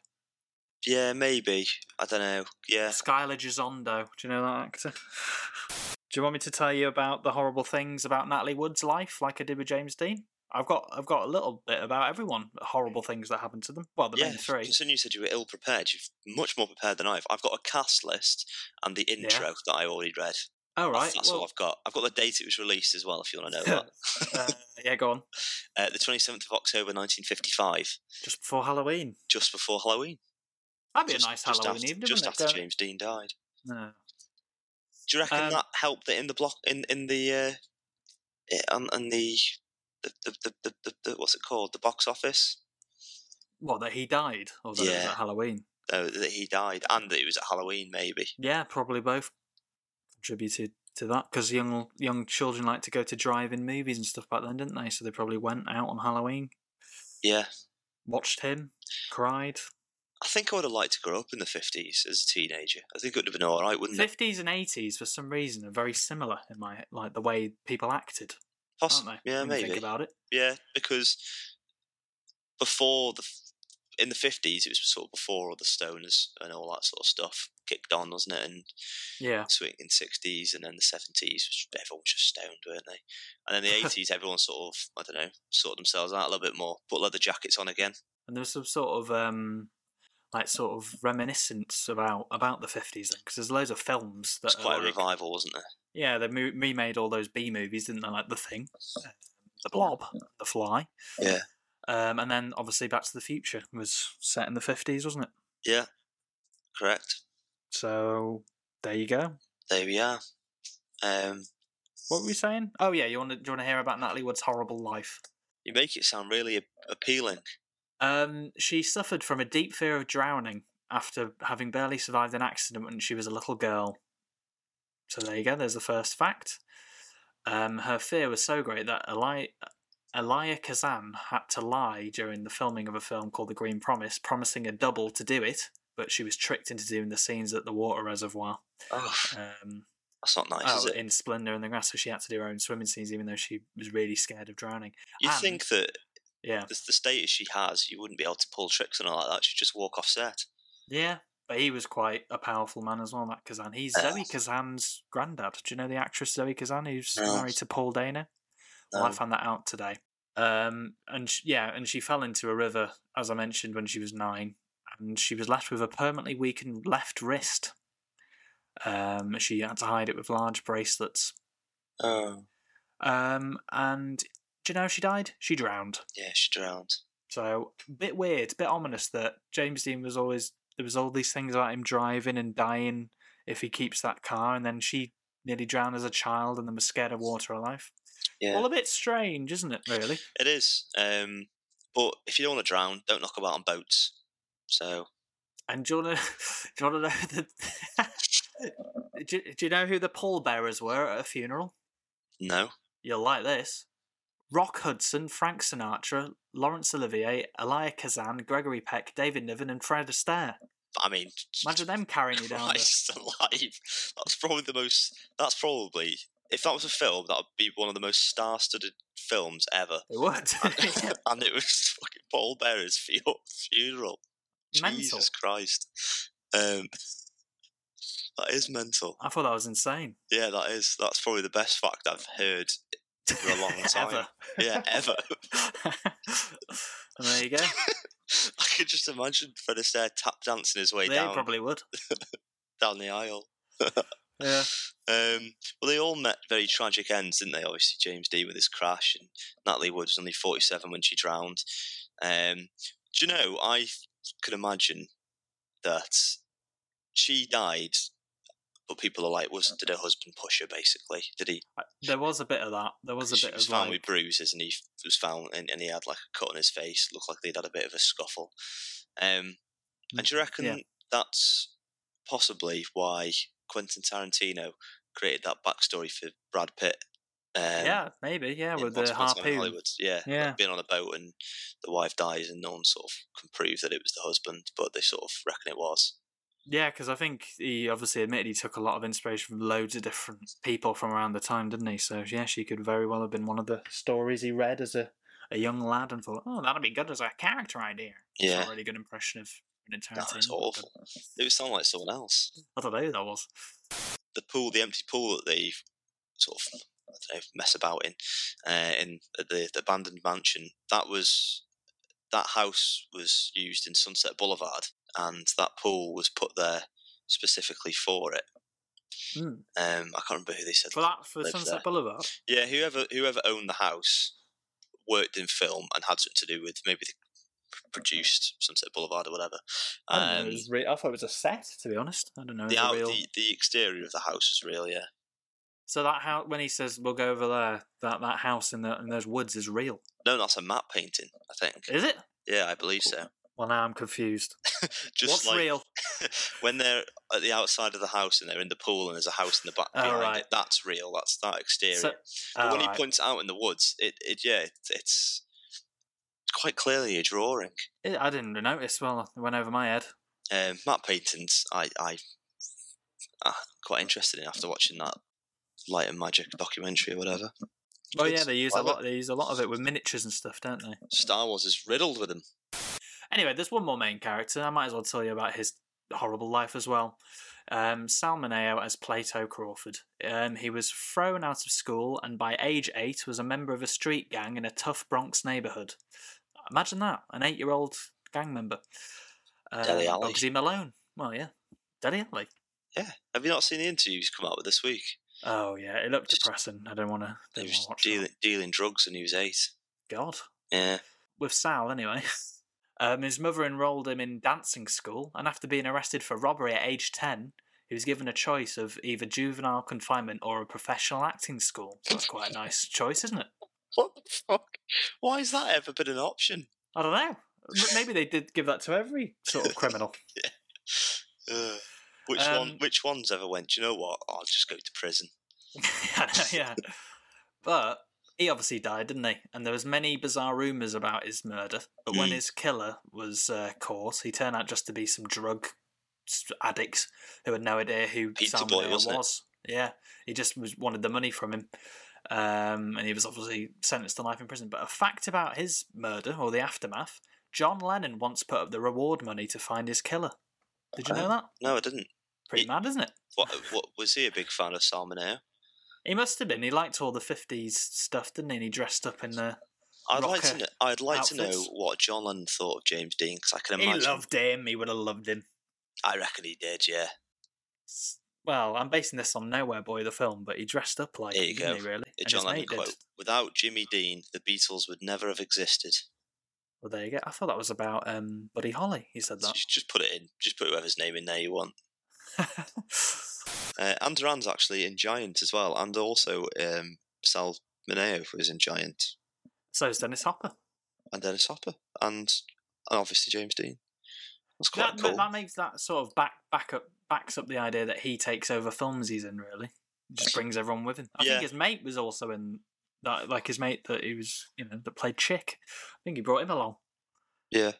B: yeah, maybe. I don't know. Yeah,
C: Skylar Gisondo. Do you know that actor? Do you want me to tell you about the horrible things about Natalie Wood's life, like I did with James Dean? I've got I've got a little bit about everyone. Horrible things that happened to them. Well, the
B: yeah.
C: main three.
B: Considering you said you were ill prepared, you're much more prepared than I've. I've got a cast list and the intro that I already read.
C: All right.
B: that's all
C: *laughs* well,
B: I've got. I've got the date it was released as well. If you want to know
C: *laughs*
B: that,
C: uh, yeah, go on.
B: uh, the 27th of October, 1955,
C: Just before Halloween.
B: just before Halloween.
C: That'd be
B: just,
C: a nice
B: just
C: Halloween
B: after,
C: evening,
B: Just
C: wouldn't
B: after
C: it? Uh,
B: James Dean died.
C: Don't- No.
B: Do you reckon
C: Um,
B: that helped it in the block in in the uh, eh, on, on the the, the, the, the, the the what's it called the box office?
C: What that he died, or that it was
B: Yeah.
C: at Halloween?
B: Uh, that he died and that it was at Halloween, maybe.
C: Yeah, probably both contributed to that because young young children like to go to drive-in movies and stuff back then, didn't they? So they probably went out on Halloween,
B: Yeah,
C: watched him, cried.
B: I think I would have liked to grow up in the fifties as a teenager. I think it would have been all right, wouldn't it?
C: Fifties and eighties, for some reason, are very similar in my like the way people acted, aren't
B: Possibly,
C: they?
B: yeah,
C: when you
B: maybe,
C: Think about it.
B: yeah, because before the f- in the fifties, it was sort of before all the stoners and all that sort of stuff kicked on, wasn't it? And
C: Yeah,
B: swing in sixties, and then the seventies, which everyone was just stoned, weren't they? And then
C: *laughs*
B: the eighties, everyone sort of, I don't know, sorted themselves out a little bit more, put leather jackets on again.
C: and there's some sort of um, like sort of reminiscence about about the fifties because there's loads of films that
B: It's
C: are
B: quite a
C: like-
B: revival, wasn't there?
C: Yeah, they mo- remade all those B movies, didn't they? Like The Thing, The Blob, The Fly.
B: Yeah.
C: Um, and then obviously Back to the Future was set in the 50s, wasn't it?
B: Yeah, correct.
C: So there you go.
B: There we are. Um,
C: What were we saying? Oh, yeah, you want to, do you want to hear about Natalie Wood's horrible life?
B: you make it sound really a- appealing.
C: Um, she suffered from a deep fear of drowning after having barely survived an accident when she was a little girl. So there you go. There's the first fact. Um, her fear was so great that Eli- Elia Kazan had to lie during the filming of a film called The Green Promise, promising a double to do it, but she was tricked into doing the scenes at the water reservoir.
B: Oh,
C: Um,
B: that's not nice, is
C: oh,
B: it?
C: in Splendor and the Grass, so she had to do her own swimming scenes, even though she was really scared of drowning.
B: You'd
C: and-
B: think that
C: Yeah,
B: the, the status she has, you wouldn't be able to pull tricks and all like that. She'd just walk off set.
C: Yeah, but he was quite a powerful man as well, that Kazan. He's
B: Yeah.
C: Zoe Kazan's granddad. Do you know the actress Zoe Kazan who's
B: No.
C: married to Paul Dana? Well, I
B: Um,
C: found that out today. Um, and sh yeah, and she fell into a river, as I mentioned, when she was nine, and she was left with a permanently weakened left wrist. Um, she had to hide it with large bracelets.
B: oh,
C: Um, and do you know how she died? She drowned.
B: yeah, she drowned.
C: So bit weird, bit ominous that James Dean was always there was all these things about him driving and dying if he keeps that car, and then she nearly drowned as a child and then was scared of water her life.
B: Yeah.
C: All a bit strange, isn't it? Really?
B: It is. Um, but if you don't want to drown, don't knock about on boats. So
C: And do you wanna *laughs* do you wanna know the *laughs* do, you- do you know who the pallbearers were at a funeral?
B: no,
C: You'll like this. Rock Hudson, Frank Sinatra, Laurence Olivier, Elia Kazan, Gregory Peck, David Niven, and Fred Astaire.
B: I mean,
C: Imagine them carrying
B: *laughs*
C: you down. the-
B: Christ alive. That's probably the most. That's probably if that was a film, that would be one of the most star-studded films
C: *laughs*
B: ever.
C: They would.
B: And, *laughs* and it was fucking Paul Bearer's fu- funeral.
C: Mental.
B: Jesus Christ. Um, that is mental.
C: I thought that was insane.
B: Yeah, that is. That's probably the best fact I've heard. For a long time.
C: *laughs* Ever.
B: Yeah, ever.
C: *laughs* And there you go.
B: I could just imagine Fred Astaire tap dancing his *laughs* way
C: they
B: down
C: probably would.
B: down the aisle.
C: Yeah.
B: Um, well, they all met very tragic ends, didn't they? Obviously, James Dean with his crash, and Natalie Wood was only 47 when she drowned. Um, do you know, I could imagine that she died, but people are like, was did her husband push her, basically? Did he?
C: There was a bit of that. There was a
B: she
C: bit
B: was
C: of
B: found
C: like,
B: with bruises, and he f- was found, and, and he had like a cut on his face. Looked like they'd had a bit of a scuffle. Um, and do you reckon
C: Mm, yeah.
B: that's possibly why Quentin Tarantino created that backstory for Brad Pitt? Um,
C: yeah, maybe, yeah,
B: in
C: with
B: Once
C: the
B: Upon a Time in
C: harpoon.
B: Hollywood, yeah,
C: Yeah.
B: like being on a boat and the wife dies, and no one sort of can prove that it was the husband, but they sort of reckon it was.
C: Yeah, because I think he obviously admitted he took a lot of inspiration from loads of different people from around the time, didn't he? So yeah, she could very well have been one of the stories he read as a, a young lad and thought, oh, that'd be good as a character idea. It's not
B: Yeah,
C: a really good impression of an
B: no,
C: Tarantino.
B: it's
C: but
B: awful. It would sound like someone else.
C: I don't know who that was.
B: the pool, the empty pool that they sort of I don't know, mess about in, uh, in the, the abandoned mansion. That was that house was used in Sunset Boulevard, and that pool was put there specifically for it.
C: Hmm.
B: Um, I can't remember who they said.
C: For that, for
B: Lives
C: Sunset
B: there.
C: Boulevard.
B: Yeah, whoever whoever owned the house worked in film and had something to do with maybe they produced Sunset Boulevard or whatever.
C: I,
B: Um,
C: don't know, it was re- I thought it was a set, to be honest. I don't know.
B: the,
C: it was a
B: out,
C: real...
B: the the exterior of the house was real, yeah.
C: So that house, when he says we'll go over there, that, that house in, the, in those woods is real,
B: No, that's a map painting, I think.
C: is it?
B: Yeah, I believe so.
C: Well, now I'm confused.
B: Just
C: What's
B: like
C: real?
B: when they're at the outside of the house and they're in the pool and there's a house in the back
C: Oh,
B: behind
C: right.
B: it, that's real. That's that exterior.
C: So,
B: but when he
C: Alright.
B: points it out in the woods, it, it yeah, it, it's quite clearly a drawing.
C: It, I didn't really notice. Well, it went over my head.
B: Um, matte paintings, I, I, ah, quite interested in after watching that Light and Magic documentary or whatever.
C: Oh
B: It's
C: yeah, they use a
B: quite
C: lot. They use a lot of it with miniatures and stuff, don't they?
B: Star Wars is riddled with them.
C: Anyway, there's one more main character. I might as well tell you about his horrible life as well. Um, Salmoneo as Plato Crawford. Um, he was thrown out of school and by age eight was a member of a street gang in a tough Bronx neighbourhood. Imagine that, an eight-year-old gang member. Um,
B: Deli Alley.
C: Bugsy Malone. Well, yeah, Deli Alley.
B: Yeah. Have you not seen the interviews come out with this week?
C: Oh yeah, it looked
B: Just-
C: depressing. I don't want to.
B: They
C: Don't
B: was
C: wanna watch that.
B: dealing, dealing drugs when he was eight.
C: God.
B: Yeah.
C: with Sal anyway. *laughs* Um, his mother enrolled him in dancing school, and after being arrested for robbery at age 10, he was given a choice of either juvenile confinement or a professional acting school. That's quite a nice choice, isn't it?
B: *laughs* What the fuck? Why has that ever been an option?
C: I don't know. But Maybe they did give that to every sort of criminal.
B: Ugh. which one?
C: Um,
B: Which ones ever went? "Do You know what? I'll just go to prison.
C: *laughs* yeah. But he obviously died, didn't he? And there was many bizarre rumours about his murder. But when
B: Mm.
C: his killer was uh, caught, he turned out just to be some drug s- addict who had no idea who
B: Pizza
C: Sam
B: boy,
C: Mayer
B: wasn't it?
C: was. Yeah, he just was wanted the money from him. Um, and he was obviously sentenced to life in prison. But a fact about his murder, or the aftermath, John Lennon once put up the reward money to find his killer. Did you know
B: Oh.
C: that?
B: No, I didn't.
C: Pretty
B: He-
C: mad, isn't it?
B: What? uh, What was he a big fan of Salmoneo?
C: He must have been. He liked all the 50s stuff, didn't he? And he dressed up in the
B: I'd like to.
C: Rocker
B: Know, I'd like to know
C: outfits.
B: what John Lennon thought of James Dean because I can
C: He
B: imagine.
C: loved him. He would have loved him.
B: I reckon he did. Yeah.
C: S- Well, I'm basing this on Nowhere Boy, the film, but he dressed up like
B: There
C: him,
B: you
C: didn't
B: go.
C: he, really?
B: A
C: And
B: John
C: his
B: Lennon
C: mate did.
B: quote: "Without Jimmy Dean, the Beatles would never have existed."
C: Well, there you go. I thought that was about um, Buddy Holly. He said
B: So
C: that.
B: you just put it in. Just put whoever's name in there you want. Uh, Andoran's actually in Giant as well, and also um, Sal Mineo was in Giant,
C: *laughs* so is Dennis Hopper.
B: and Dennis Hopper, and, and obviously James Dean. That's quite
C: That,
B: cool.
C: that makes that sort of back back up backs up the idea that he takes over films he's in. Really, just brings everyone with him. I
B: Yeah.
C: think his mate was also in that, like his mate that he was, you know, that played Chick. I think he brought him along.
B: Yeah.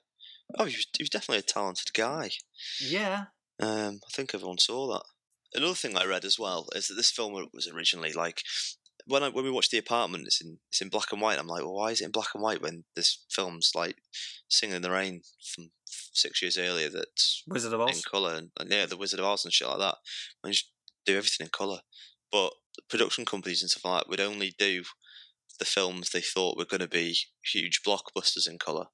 B: Oh, he was, he was definitely a talented guy.
C: Yeah,
B: Um, I think everyone saw that. Another thing I read as well is that this film was originally like when I, when we watched The Apartment, it's in it's in black and white. I'm like, well, why is it in black and white when this film's like Singing in the Rain from six years earlier that's
C: Wizard of Oz.
B: in colour and, and yeah, the Wizard of Oz and shit like that. And just do everything in colour. But the production companies and stuff like that would only do the films they thought were going to be huge blockbusters in colour.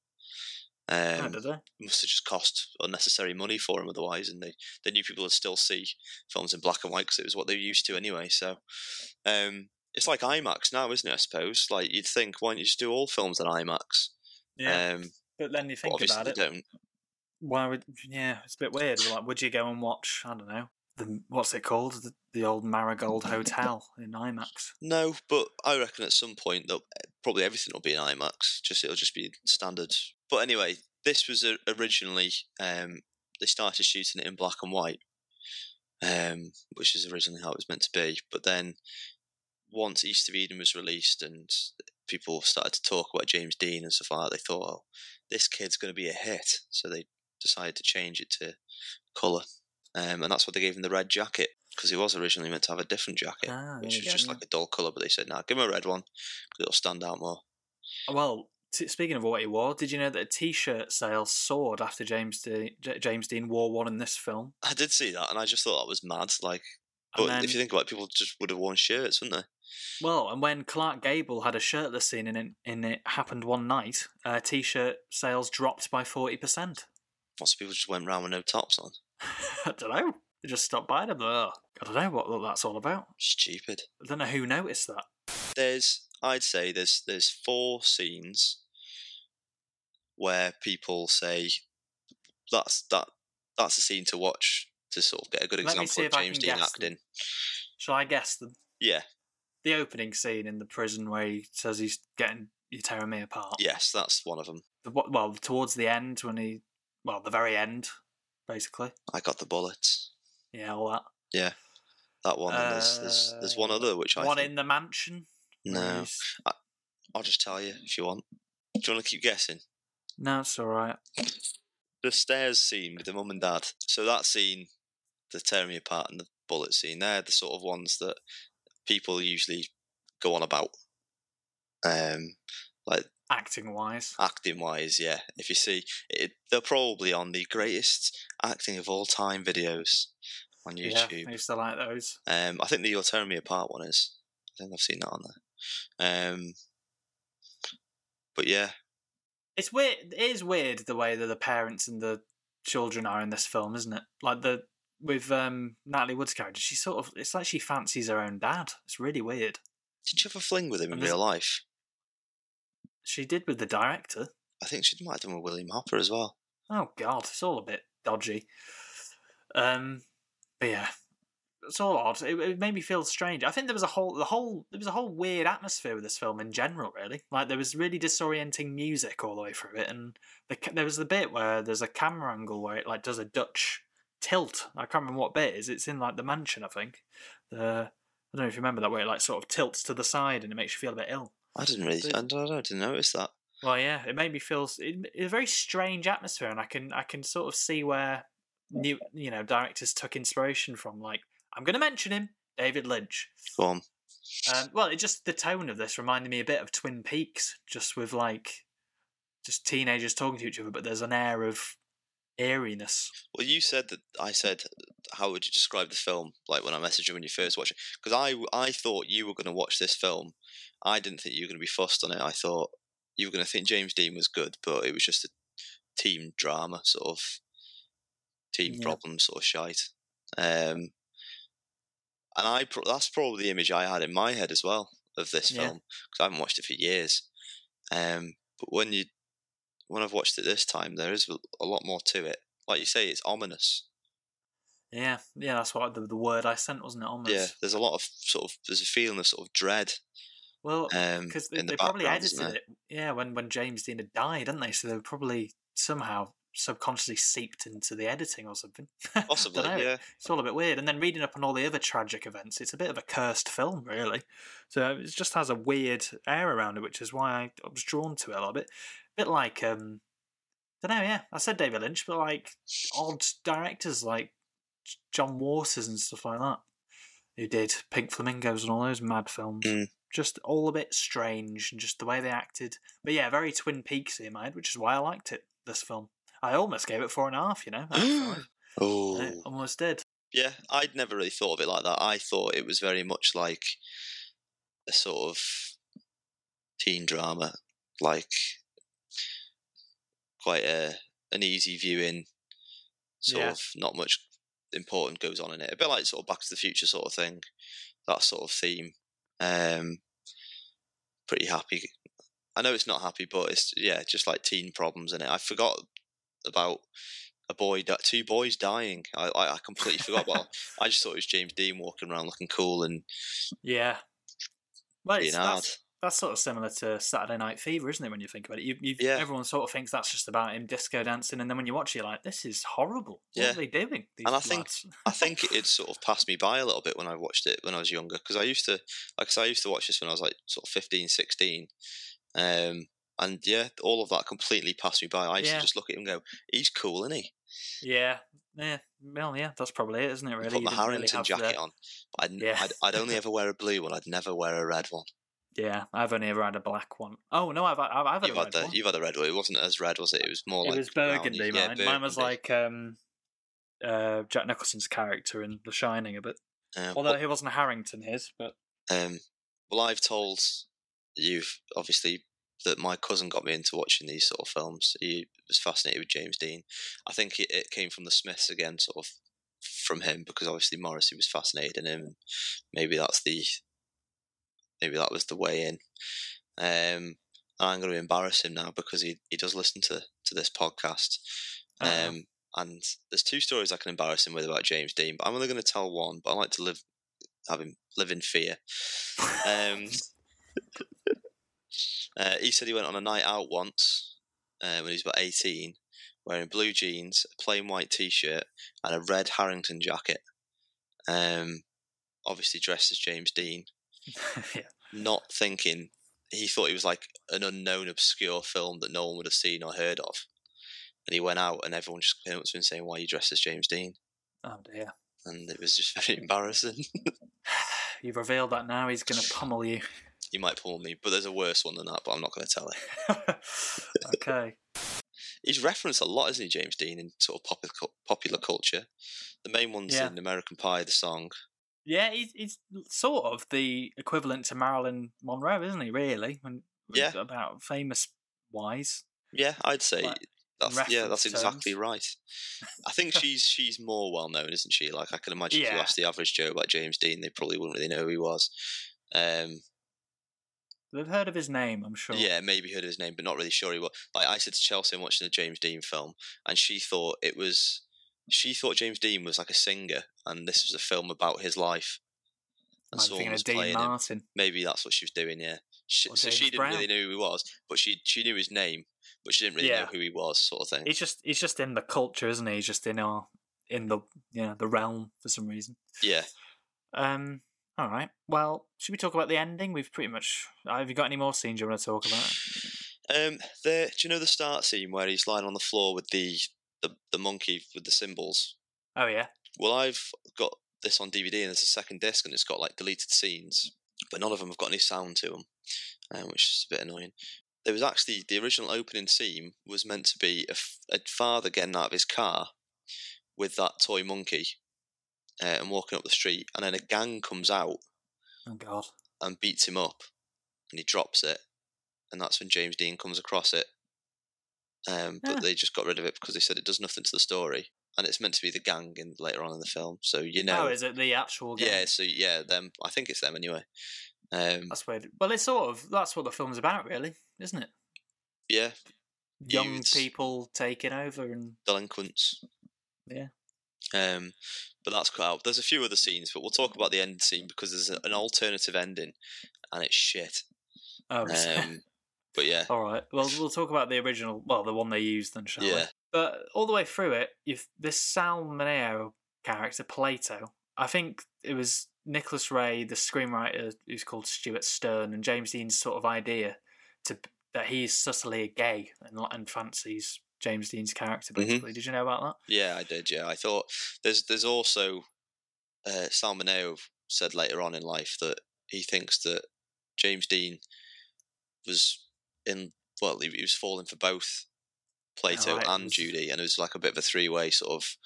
C: Oh,
B: Um,
C: did they?
B: must have just cost unnecessary money for them otherwise, and they, they knew people would still see films in black and white because it was what they were used to anyway. So um, it's like IMAX now, isn't it? I suppose. Like you'd think, why don't you just do all films in IMAX?
C: Yeah,
B: um,
C: but then you
B: but
C: think
B: obviously
C: about
B: they
C: it.
B: don't.
C: why would yeah it's a bit weird like would you go and watch i don't know the what's it called the, the old marigold hotel
B: *laughs*
C: in imax
B: No, but I reckon at some point that probably everything will be in IMAX. Just it'll just be standard. But anyway, this was o- originally um, they started shooting it in black and white, um, which is originally how it was meant to be. But then once East of Eden was released and people started to talk about James Dean and stuff like that, they thought, oh, this kid's going to be a hit. So they decided to change it to colour. Um, and that's what they gave him the red jacket because he was originally meant to have a different jacket
C: ah,
B: which
C: there
B: was
C: you
B: just
C: go.
B: like a dull colour. But they said, "Nah, give him a red one, 'cause it'll stand out more." *laughs*
C: well t- speaking of what he wore did you know that a t-shirt sale soared after james De- J- james dean wore one in this film
B: I did see that, and I just thought that was mad. Like, but
C: and then,
B: if you think about it, people just would have worn shirts, wouldn't they?
C: well and when clark gable had a shirtless scene in it, in it happened one night uh, t-shirt sales dropped by 40%
B: Lots of people just went round with no tops on.
C: *laughs* i don't know they just stopped buying them Ugh. i don't know what that's all about
B: Stupid.
C: i don't know who noticed that
B: There's, I'd say, there's there's four scenes where people say that's that that's a scene to watch to sort of get a good
C: Let me
B: example
C: see
B: of
C: if I
B: James
C: can
B: Dean
C: guess them.
B: acting.
C: shall i guess them
B: Yeah.
C: the opening scene in the prison where he says he's getting you're tearing me apart.
B: Yes, that's one of them.
C: The, wa- well, towards the end when he, well, the very end, basically.
B: I got the bullets.
C: Yeah, all that.
B: That one. and there's, there's there's one
C: Uh,
B: other which I
C: One
B: think-
C: in the mansion. where
B: no.
C: he's-
B: I'll just tell you if you want. Do you want to keep guessing?
C: No, it's all right.
B: The stairs scene with the mum and dad. So that scene, the tearing me apart and the bullet scene, they're the sort of ones that people usually go on about. Um, like
C: Acting wise,
B: acting wise, yeah. If you see, it, they're probably on the greatest acting of all time videos on
C: yeah,
B: YouTube.
C: I used to like those.
B: Um, I think the You're Tearing Me Apart one is. I think I've seen that on there. Um, but yeah,
C: It's weird. It is weird the way that the parents and the children are in this film, isn't it? Like the with um, Natalie Wood's character, she sort of it's like she fancies her own dad. It's really weird.
B: did you have a fling with him in
C: And there's-
B: real life?
C: She did with the director.
B: I think she might have done with William Hopper as well.
C: Oh God, it's all a bit dodgy. Um, but yeah, it's all odd. It, it made me feel strange. I think there was a whole, the whole, there was a whole weird atmosphere with this film in general. Really, like there was really disorienting music all the way through it, and the, ca- there was the bit where there's a camera angle where it like does a Dutch tilt. I can't remember what bit it is. It's in like the mansion, I think. The I don't know if you remember that where it like sort of tilts to the side and it makes you feel a bit ill.
B: I didn't really,
C: But-
B: I, don't, I didn't notice that.
C: Well, yeah, it made me feel s- it, it's a very strange atmosphere, and I can I can sort of see where new you know directors took inspiration from. Like I'm going to mention him, David Lynch.
B: Go on.
C: Um, well, it just the tone of this reminded me a bit of Twin Peaks, just with like just teenagers talking to each other, but there's an air of eeriness.
B: Well, you said that I said, how would you describe the film? Like when I messaged you when you first watched it, because I w- I thought you were going to watch this film. I didn't think you were going to be fussed on it. I thought you were going to think James Dean was good, but it was just a team drama sort of team
C: Yeah.
B: problem sort of shite. Um, and I pro- that's probably the image I had in my head as well of this
C: Yeah.
B: film because I haven't watched it for years. Um, but when you when I've watched it this time, there is a- a lot more to it. Like you say, it's ominous.
C: Yeah, yeah, that's what the, the word I sent wasn't it? Almost.
B: Yeah, there's a lot of sort of there's a feeling of sort of dread.
C: Well,
B: Um,
C: because they,
B: in the
C: they probably
B: background,
C: edited
B: isn't
C: it. Yeah, when when James Dean had died, didn't they? So they were probably somehow subconsciously seeped into the editing or something. *laughs* Dunno.
B: Possibly, yeah.
C: It's all a bit weird. And then reading up on all the other tragic events, it's a bit of a cursed film, really. So uh, it just has a weird air around it, which is why I was drawn to it a little bit. bit like, um, don't know, yeah. I said David Lynch, but like odd directors like J- John Waters and stuff like that, who did Pink Flamingos and all those mad films.
B: Mm.
C: Just all a bit strange and just the way they acted. But yeah, very Twin Peaks in my head, which is why I liked it, this film. I almost gave it four and a half, you know. out of five. I
B: Oh,
C: almost did.
B: yeah. I'd never really thought of it like that. I thought it was very much like a sort of teen drama, like quite a an easy viewing, sort
C: Yeah.
B: of not much important goes on in it. A bit like sort of Back to the Future sort of thing, that sort of theme. Um, pretty happy. I know it's not happy, but it's yeah, just like teen problems in it. I forgot about a boy, di- two boys dying. I I, I completely forgot
C: *laughs*
B: about. I just thought it was James Dean walking around looking cool and
C: Yeah. Well,
B: being
C: it's,
B: hard.
C: that's, that's sort of similar to Saturday Night Fever, isn't it? When you think about it, you, you,
B: Yeah.
C: everyone sort of thinks that's just about him disco dancing, and then when you watch it, you're like, "This is horrible. What
B: Yeah.
C: are they doing?" These
B: And I think-
C: lads?"
B: I think it had sort of passed me by a little bit when I watched it when I was younger because I used to, like I say, I used to watch this when I was like sort of 15, 16. Um, and yeah, all of that completely passed me by. I used
C: Yeah.
B: to just look at him and go, he's cool, isn't he?
C: yeah, yeah, well, yeah, that's probably it, isn't it? Really,
B: Put
C: You
B: my
C: didn't really
B: Harrington
C: have the-
B: jacket on. But I'd,
C: Yeah.
B: I'd, I'd only ever wear a blue one, I'd never wear a red one.
C: Yeah, I've only ever had a black one. Oh no, I've I've, I've had
B: You've
C: a
B: had,
C: red
B: the,
C: one.
B: you've had a red one. It wasn't as red, was it? It was more
C: it
B: like.
C: was
B: browny.
C: burgundy.
B: Yeah,
C: mine. mine was
B: burgundy.
C: like um, uh, Jack Nicholson's character in The Shining a bit.
B: Um,
C: Although he wasn't a Harrington, his, but *laughs*
B: Um, well, I've told you've obviously that my cousin got me into watching these sort of films. He was fascinated with James Dean. I think it, it came from the Smiths again, sort of from him, because obviously Morrissey was fascinated in him. And maybe that's the maybe that was the way in. Um, I'm going to embarrass him now because he, he does listen to to this podcast.
C: Uh-oh.
B: Um, and there's two stories I can embarrass him with about James Dean, but I'm only going to tell one. But I like to live have him live in fear. Um, uh, he said he went on a night out once uh, when he was about 18, wearing blue jeans, a plain white t-shirt, and a red Harrington jacket. Um, obviously dressed as James Dean,
C: yeah.
B: not thinking he thought he was like an unknown, obscure film that no one would have seen or heard of. And he went out, and everyone just came up to him saying, "Why are you dressed as James Dean?"
C: Oh dear.
B: And it was just *laughs* very embarrassing.
C: You've revealed that now he's going to pummel you. *laughs*
B: you might pull me, but there's a worse one than that. But I'm not going to tell it.
C: okay.
B: He's referenced a lot, isn't he, James Dean, in sort of popular popular culture. The main ones
C: Yeah.
B: in American Pie, the song.
C: Yeah, he's, he's sort of the equivalent to Marilyn Monroe, isn't he, really? When,
B: Yeah.
C: About famous wise.
B: Yeah, I'd say
C: Like,
B: that's yeah, that's
C: reference
B: exactly
C: terms.
B: right. I
C: *laughs*
B: think she's she's more well known, isn't she? Like I can imagine if you
C: Yeah.
B: asked the average Joe about James Dean, they probably wouldn't really know who he was. Um,
C: They've heard of his name, I'm sure.
B: Yeah, maybe heard of his name, but not really sure he was. Like I said to Chelsea, I'm watching a James Dean film, and she thought it was. She thought James Dean was like a singer, and this was a film about his life. And
C: I'm
B: someone
C: thinking
B: was
C: of Dean
B: playing him.
C: Martin.
B: Maybe that's what she was doing. Yeah. She,
C: Or
B: so she
C: James
B: didn't really know who he was, but she she knew his name, but she didn't really know
C: Yeah.
B: who he was, sort of thing.
C: He's just he's just in the culture, isn't he? He's just in our in the yeah the realm for some reason.
B: yeah.
C: Um. All right. Well, should we talk about the ending? We've pretty much. Have you got any more scenes you want to talk about?
B: Um, the do you know the start scene where he's lying on the floor with the the, the monkey with the symbols?
C: Oh yeah.
B: Well, I've got this on DVD and it's a second disc and it's got like deleted scenes, but none of them have got any sound to them, um, which is a bit annoying. There was actually the original opening scene was meant to be a, f- a father getting out of his car with that toy monkey uh, and walking up the street, and then a gang comes out
C: Oh god.
B: and beats him up, and he drops it, and that's when James Dean comes across it. Um, but
C: Ah.
B: they just got rid of it because they said it does nothing to the story, and it's meant to be the gang in later on in the film. So you know,
C: Oh, is it the actual? Game?
B: yeah, so yeah, them. I think it's them anyway. Um,
C: That's weird. Well, it's sort of that's what the film's about, really, isn't it?
B: yeah,
C: Young
B: Youths.
C: people taking over and
B: delinquents.
C: Yeah.
B: Um, but that's cut out. There's a few other scenes, but we'll talk about the end scene because there's a- an alternative ending, and it's shit.
C: oh,
B: Um, but yeah,
C: *laughs* all right. Well, we'll talk about the original. Well, the one they used, then, shall we?
B: yeah,
C: But all the way through it, you've this Sal Mineo character, Plato. I think it was Nicholas Ray, the screenwriter, who's called Stuart Stern, and James Dean's sort of idea to that he's subtly gay and, li- and fancies James Dean's character.
B: Mhm.
C: Basically, did you know about that?
B: yeah. I did. Yeah, I thought there's there's also uh, Salmoneo said later on in life that he thinks that James Dean was in well, he, he was falling for both Plato
C: right,
B: and
C: was-
B: Judy, and it was like a bit of a three way sort of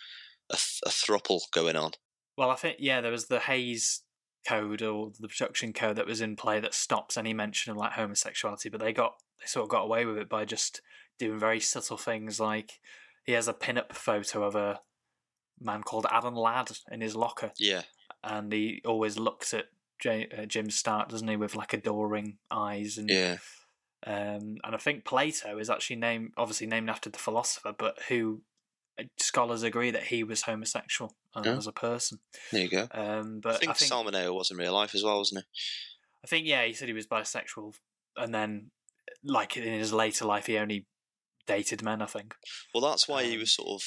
B: a, th- a thruple going on.
C: Well, I think yeah, there was the Hayes code or the production code that was in play that stops any mention of like homosexuality, but they got they sort of got away with it by just doing very subtle things like he has a pin-up photo of a man called Alan Ladd in his locker,
B: Yeah,
C: and he always looks at J- uh, Jim Stark, doesn't he, with like adoring eyes and
B: yeah,
C: um, and I think Plato is actually named, obviously named after the philosopher, but who uh, scholars agree that he was homosexual um,
B: Yeah.
C: as a person.
B: there you go. I
C: Um, but
B: think,
C: I think,
B: Salmoneo was in real life as well, wasn't
C: I think, yeah, he said he was bisexual, and then, like in his later life, he only dated men. I think.
B: he? Well, that's why he
C: Um,
B: was sort of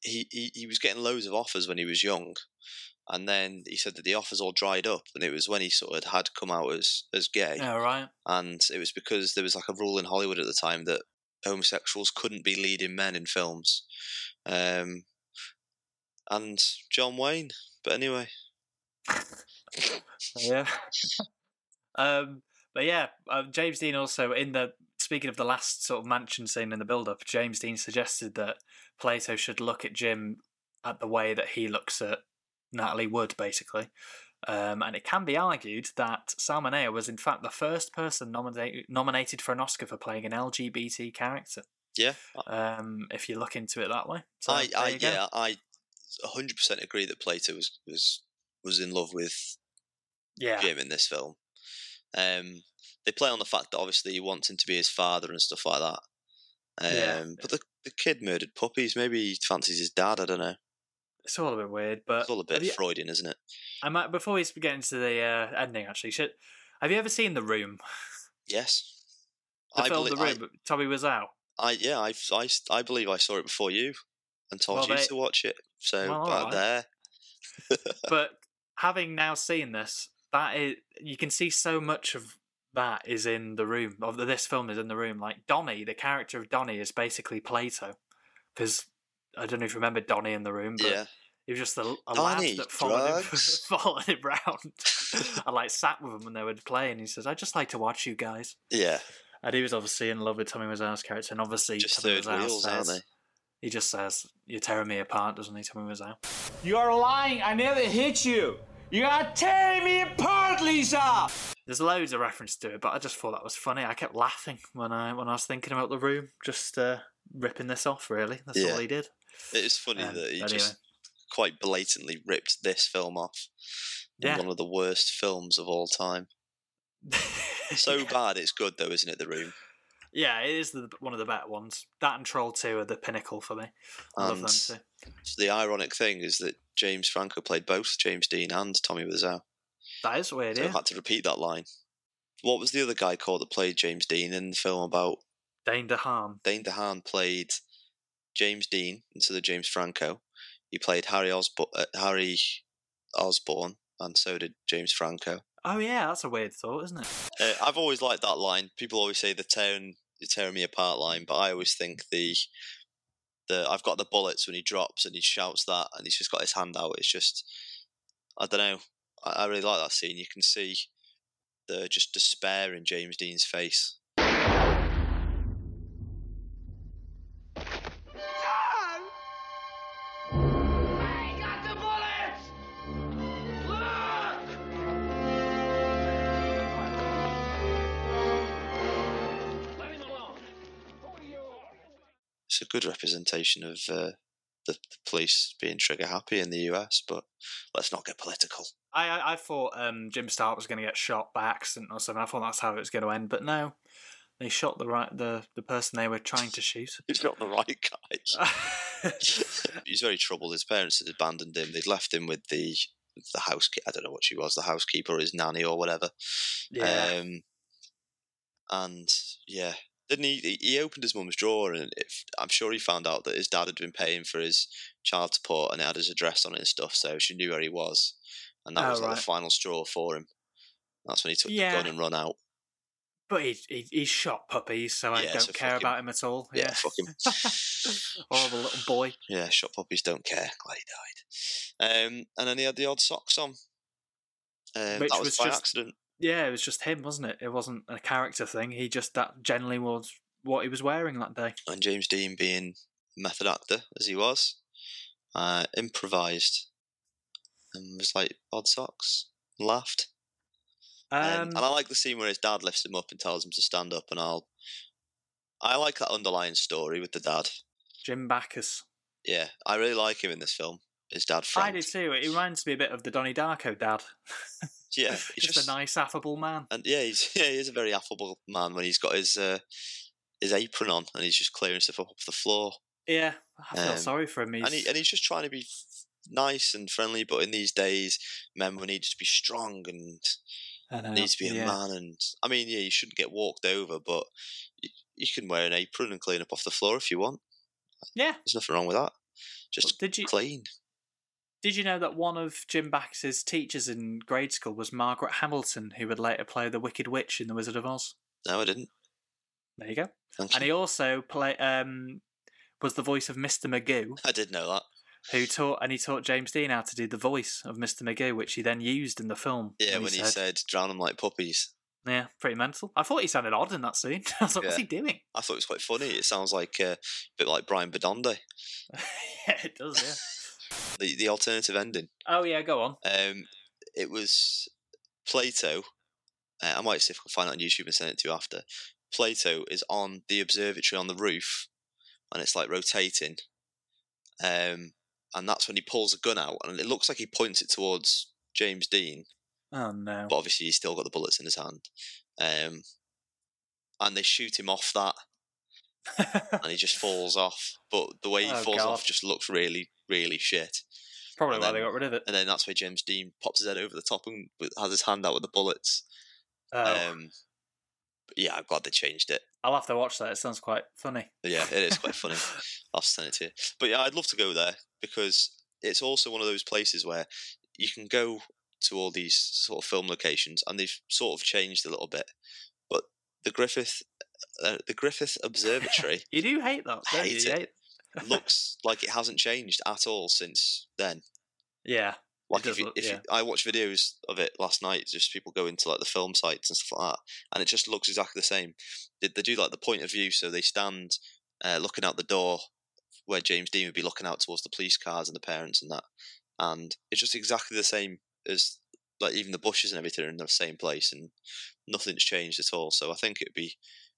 B: he, he he was getting loads of offers when he was young, and then he said that the offers all dried up, and it was when he sort of had come out as as gay.
C: Yeah, right.
B: and it was because there was like a rule in Hollywood at the time that homosexuals couldn't be leading men in films. Um, and John Wayne, but anyway,
C: Yeah. *laughs* um, but yeah, uh, James Dean also in the speaking of the last sort of mansion scene in the build-up, James Dean suggested that Plato should look at Jim at the way that he looks at Natalie Wood, basically. Um, and it can be argued that Salmonea was in fact the first person nominated nominated for an Oscar for playing an LGBT character.
B: yeah,
C: um, if you look into it that way. So
B: I,
C: there
B: I
C: you go.
B: yeah, I hundred percent agree that Plato was was was in love with
C: yeah,
B: Jim in this film. Um, they play on the fact that obviously he wants him to be his father and stuff like that. Um,
C: Yeah.
B: but the the kid murdered puppies. Maybe he fancies his dad. I don't know.
C: it's all a bit weird, but
B: It's all a bit
C: Uh, have you-
B: Freudian, isn't it?
C: I might before we get into the uh, ending. Actually, should, have you ever seen the room?
B: Yes.
C: The film,
B: belie-
C: the room. Tommy
B: *laughs*
C: was out.
B: I yeah, I, I, I believe I saw it before you and told
C: Well,
B: you
C: they-
B: to watch it. So
C: Well,
B: uh,
C: alright.
B: there,
C: but having now seen this, that is, you can see so much of that is in the room, or that this film is in the room. Like Donnie, the character of Donnie is basically Plato, because I don't know if you remember Donnie in the room, but
B: yeah,
C: he was just a, a lad
B: Donnie,
C: that followed him, *laughs*
B: drugs.
C: followed him round. I like sat with him when they were playing. He says, "I just like to watch you guys," *laughs*
B: yeah.
C: and he was obviously in love with Tommy Wiseau's character, and obviously
B: Just
C: Tommy
B: third
C: Wiseau
B: wheels,
C: says,
B: aren't they?
C: He just says, "You're tearing me apart," doesn't he, Tommy Wiseau?
A: You're lying. I never hit you. You are tearing me apart, Lisa.
C: There's loads of reference to it, but I just thought that was funny. I kept laughing when I when I was thinking about the room, just uh, ripping this off. Really, that's
B: Yeah.
C: all he did.
B: It is funny
C: Um,
B: that he
C: but
B: just
C: anyway.
B: quite blatantly ripped this film off. in
C: Yeah.
B: One of the worst films of all time. So
C: *laughs* yeah.
B: bad it's good though, isn't it? The room
C: yeah, it is the, one of the better ones. That and Troll Two are the pinnacle for me. I love
B: and
C: them too.
B: the ironic thing is that James Franco played both James Dean and Tommy Wiseau.
C: That is weird.
B: So I
C: Yeah,
B: had to repeat that line. What was the other guy called that played James Dean in the film about
C: Dane DeHaan.
B: Dane DeHaan played James Dean instead of James Franco. He played Harry Osborne, uh, Harry Osborne, and so did James Franco.
C: Oh yeah, that's a weird thought, isn't it?
B: Uh, I've always liked that line. People always say the tearing, the tearing me apart line, but I always think the the I've got the bullets when he drops and he shouts that, and he's just got his hand out. It's just I don't know. I, I really like that scene. You can see the just despair in James Dean's face.
D: I got the bullets! Look! Let him alone. Who are you?
B: It's a good representation of uh, the, the police being trigger happy in the US, but let's not get political. *laughs*
C: I I, I thought um, Jim Stark was going to get shot by accident or something. I thought that's how it was going to end, but no, they shot the right the the person they were trying to shoot.
B: *laughs*
C: *laughs*
B: He's not the right guy. *laughs* He's very troubled. His parents had abandoned him. They'd left him with the the housekeeper. I don't know what she was, the housekeeper or his nanny or whatever.
C: yeah,
B: Um, and yeah, didn't he? he- He opened his mum's drawer, and if I'm sure he found out that his dad had been paying for his child support, and it had his address on it and stuff, so she knew where he was, and that
C: Oh,
B: was like the
C: right.
B: final straw for him. That's when he took
C: Yeah.
B: the gun and run out.
C: but he, he he shot puppies, so I
B: Yeah,
C: don't
B: so
C: care
B: fuck him.
C: about him at all.
B: Yeah,
C: Yeah,
B: fuck
C: *laughs*
B: him.
C: horrible little boy.
B: Yeah, shot puppies don't care. Glad he died. Um, and then he had the odd socks on. Um,
C: Which
B: that was,
C: was
B: by
C: just-
B: accident.
C: Yeah, it was just him, wasn't it? It wasn't a character thing. He just that generally was what he was wearing that day.
B: And James Dean, being a method actor as he was, uh, improvised and was like odd socks. and Laughed. Um,
C: Um,
B: and I like the scene where his dad lifts him up and tells him to stand up. And I'll, I like that underlying story with the dad.
C: Jim Backus.
B: Yeah, I really like him in this film. His dad,
C: I
B: Frank.
C: do too. It reminds me a bit of the Donnie Darko dad.
B: *laughs*
C: *laughs*
B: Yeah, he
C: just, a nice, affable man.
B: And yeah, he's *laughs* yeah, he is a very affable man when he's got his uh, his apron on and he's just clearing stuff up off the floor.
C: Yeah, I feel
B: Um,
C: sorry for him. He's,
B: And he and he's just trying to be nice and friendly, but in these days, men we need to be strong and
C: I know,
B: needs to be a
C: Uh, yeah.
B: man. And I mean, yeah, you shouldn't get walked over, but you, you can wear an apron and clean up off the floor if you want.
C: Yeah.
B: there's nothing wrong with that. Just
C: Did you
B: clean.
C: did you know that one of Jim Backus's teachers in grade school was Margaret Hamilton, who would later play the Wicked Witch in The Wizard of Oz?
B: No, I didn't.
C: There you go.
B: Thank
C: And
B: you.
C: he also play um was the voice of Mr. Magoo,
B: I did know that.
C: who taught and he taught James Dean how to do the voice of Mr. Magoo, which he then used in the film.
B: Yeah, when he said drown them like puppies,
C: "Yeah, pretty mental." I thought he sounded odd in that scene. *laughs* I was like, "What's
B: Yeah.
C: he doing?"
B: I thought it was quite funny. It sounds like uh, a bit like Brian Bedondo.
C: yeah, it does.
B: *laughs*
C: Yeah.
B: the, the alternative ending.
C: Oh yeah, go on.
B: Um, it was Plato. Uh, I might see if I can find it on YouTube and send it to you after. Plato is on the observatory on the roof, and it's like rotating. Um, and that's when he pulls a gun out, and it looks like he points it towards James Dean,
C: Oh no. *laughs*
B: but obviously he's still got the bullets in his hand. Um, and they shoot him off that, and he just falls off. But the way he
C: Oh,
B: falls
C: God.
B: off just looks really, really shit.
C: Probably
B: and
C: why they
B: then-
C: got rid of it.
B: and then that's where James Dean pops his head over the top and with- has his hand out with the bullets.
C: Oh,
B: Um, but yeah, I'm glad they changed it.
C: I'll have to watch that. It sounds quite funny.
B: But yeah, it is quite funny. I'll send it to you. But yeah, I'd love to go there because it's also one of those places where you can go to all these sort of film locations, and they've sort of changed a little bit. But the Griffith, uh, the Griffith Observatory
C: You do hate that. Don't
B: Hate
C: you?
B: it.
C: You hate-
B: looks like it hasn't changed at all since then.
C: yeah.
B: Like
C: does
B: if, you,
C: look-
B: if you, I watched videos of it last night, just people going to like the film sites and stuff like that, and it just looks exactly the same. They, they do like the point of view, so they stand uh, looking out the door where James Dean would be looking out towards the police cars and the parents and that, and it's just exactly the same as like even the bushes and everything are in the same place, and nothing's changed at all. So I think it'd be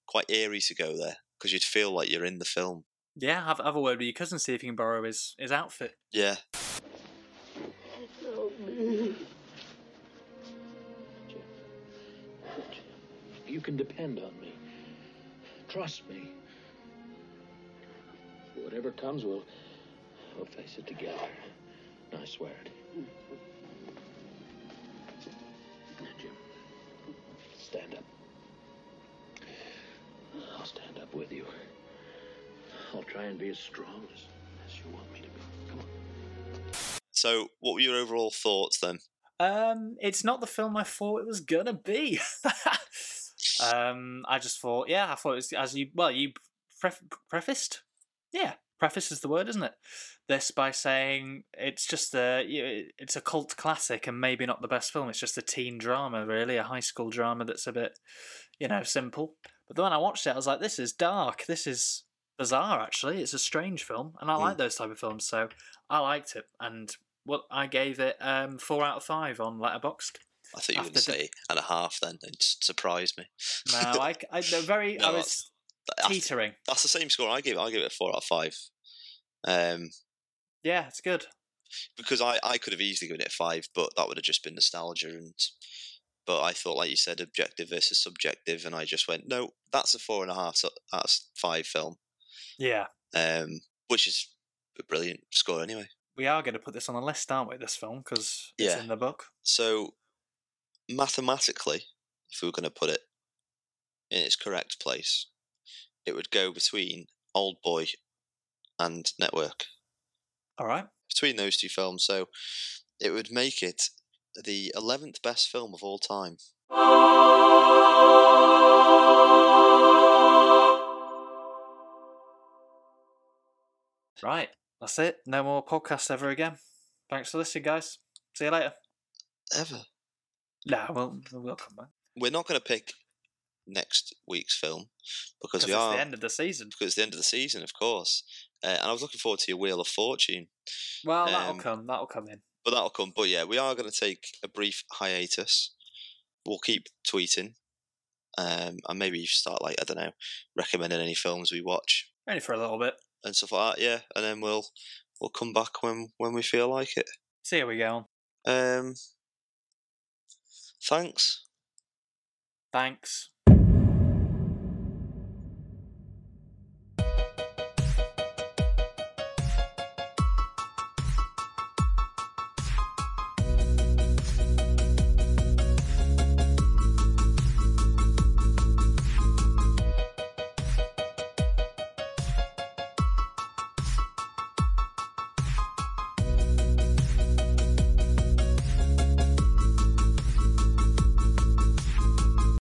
B: quite eerie to go there because you'd feel like you're in the film.
C: Yeah, have, have a word with your cousin, see if you can borrow his, his outfit.
B: Yeah,
E: Help me.
D: You can depend on me. Trust me. Whatever comes, we'll, we'll face it together. I swear it. Now, Jim, stand up. I'll stand up with you. I'll try and be as strong as, as you want me to be. Come on.
B: So, what were your overall thoughts then?
C: Um, it's not the film I thought it was gonna be. *laughs* um, I just thought, yeah, I thought it was as you well you pref- prefaced, yeah, preface is the word, isn't it? This by saying it's just a you- it's a cult classic and maybe not the best film. It's just a teen drama, really, a high school drama that's a bit, you know, simple. But then when I watched it, I was like, this is dark. This is bizarre. Actually, it's a strange film, and I
B: Mm.
C: like those type of films. So I liked it, and well, I gave it um, four out of five on Letterboxd.
B: I thought you were going to
C: After the-
B: say and a half then. It s- surprised me.
C: No, I, I they're very. I
B: No,
C: *laughs* was
B: That- That's,
C: teetering.
B: that's the same score I gave it. I gave it a four out of five. Um,
C: Yeah, it's good.
B: because I, I could have easily given it a five, but that would have just been nostalgia. And but I thought, like you said, objective versus subjective, and I just went, no, that's a four and a half so- out of five film,
C: Yeah,
B: um, which is a brilliant score anyway.
C: we are going to put this on the list, aren't we? This film because
B: Yeah.
C: it's in the book.
B: So mathematically, if we were going to put it in its correct place, it would go between Old Boy and Network.
C: All right.
B: Between those two films, so it would make it the eleventh best film of all time.
C: Right. That's it. No more podcasts ever again. Thanks for listening, guys. See you later.
B: Ever.
C: No, we'll, we'll come back.
B: We're not going to pick next week's film because
C: Because
B: we
C: it's
B: are
C: the end of the season.
B: because it's the end of the season, of course. Uh, and I was looking forward to your Wheel of Fortune.
C: Well, that'll
B: Um,
C: come. That'll come in.
B: but that'll come. But yeah, we are going to take a brief hiatus. We'll keep tweeting, um, and maybe start like I don't know, recommending any films we watch
C: Only for a little bit.
B: and stuff like that. Yeah, and then we'll we'll come back when when we feel like it.
C: See how we go on.
B: Um, thanks.
C: Thanks.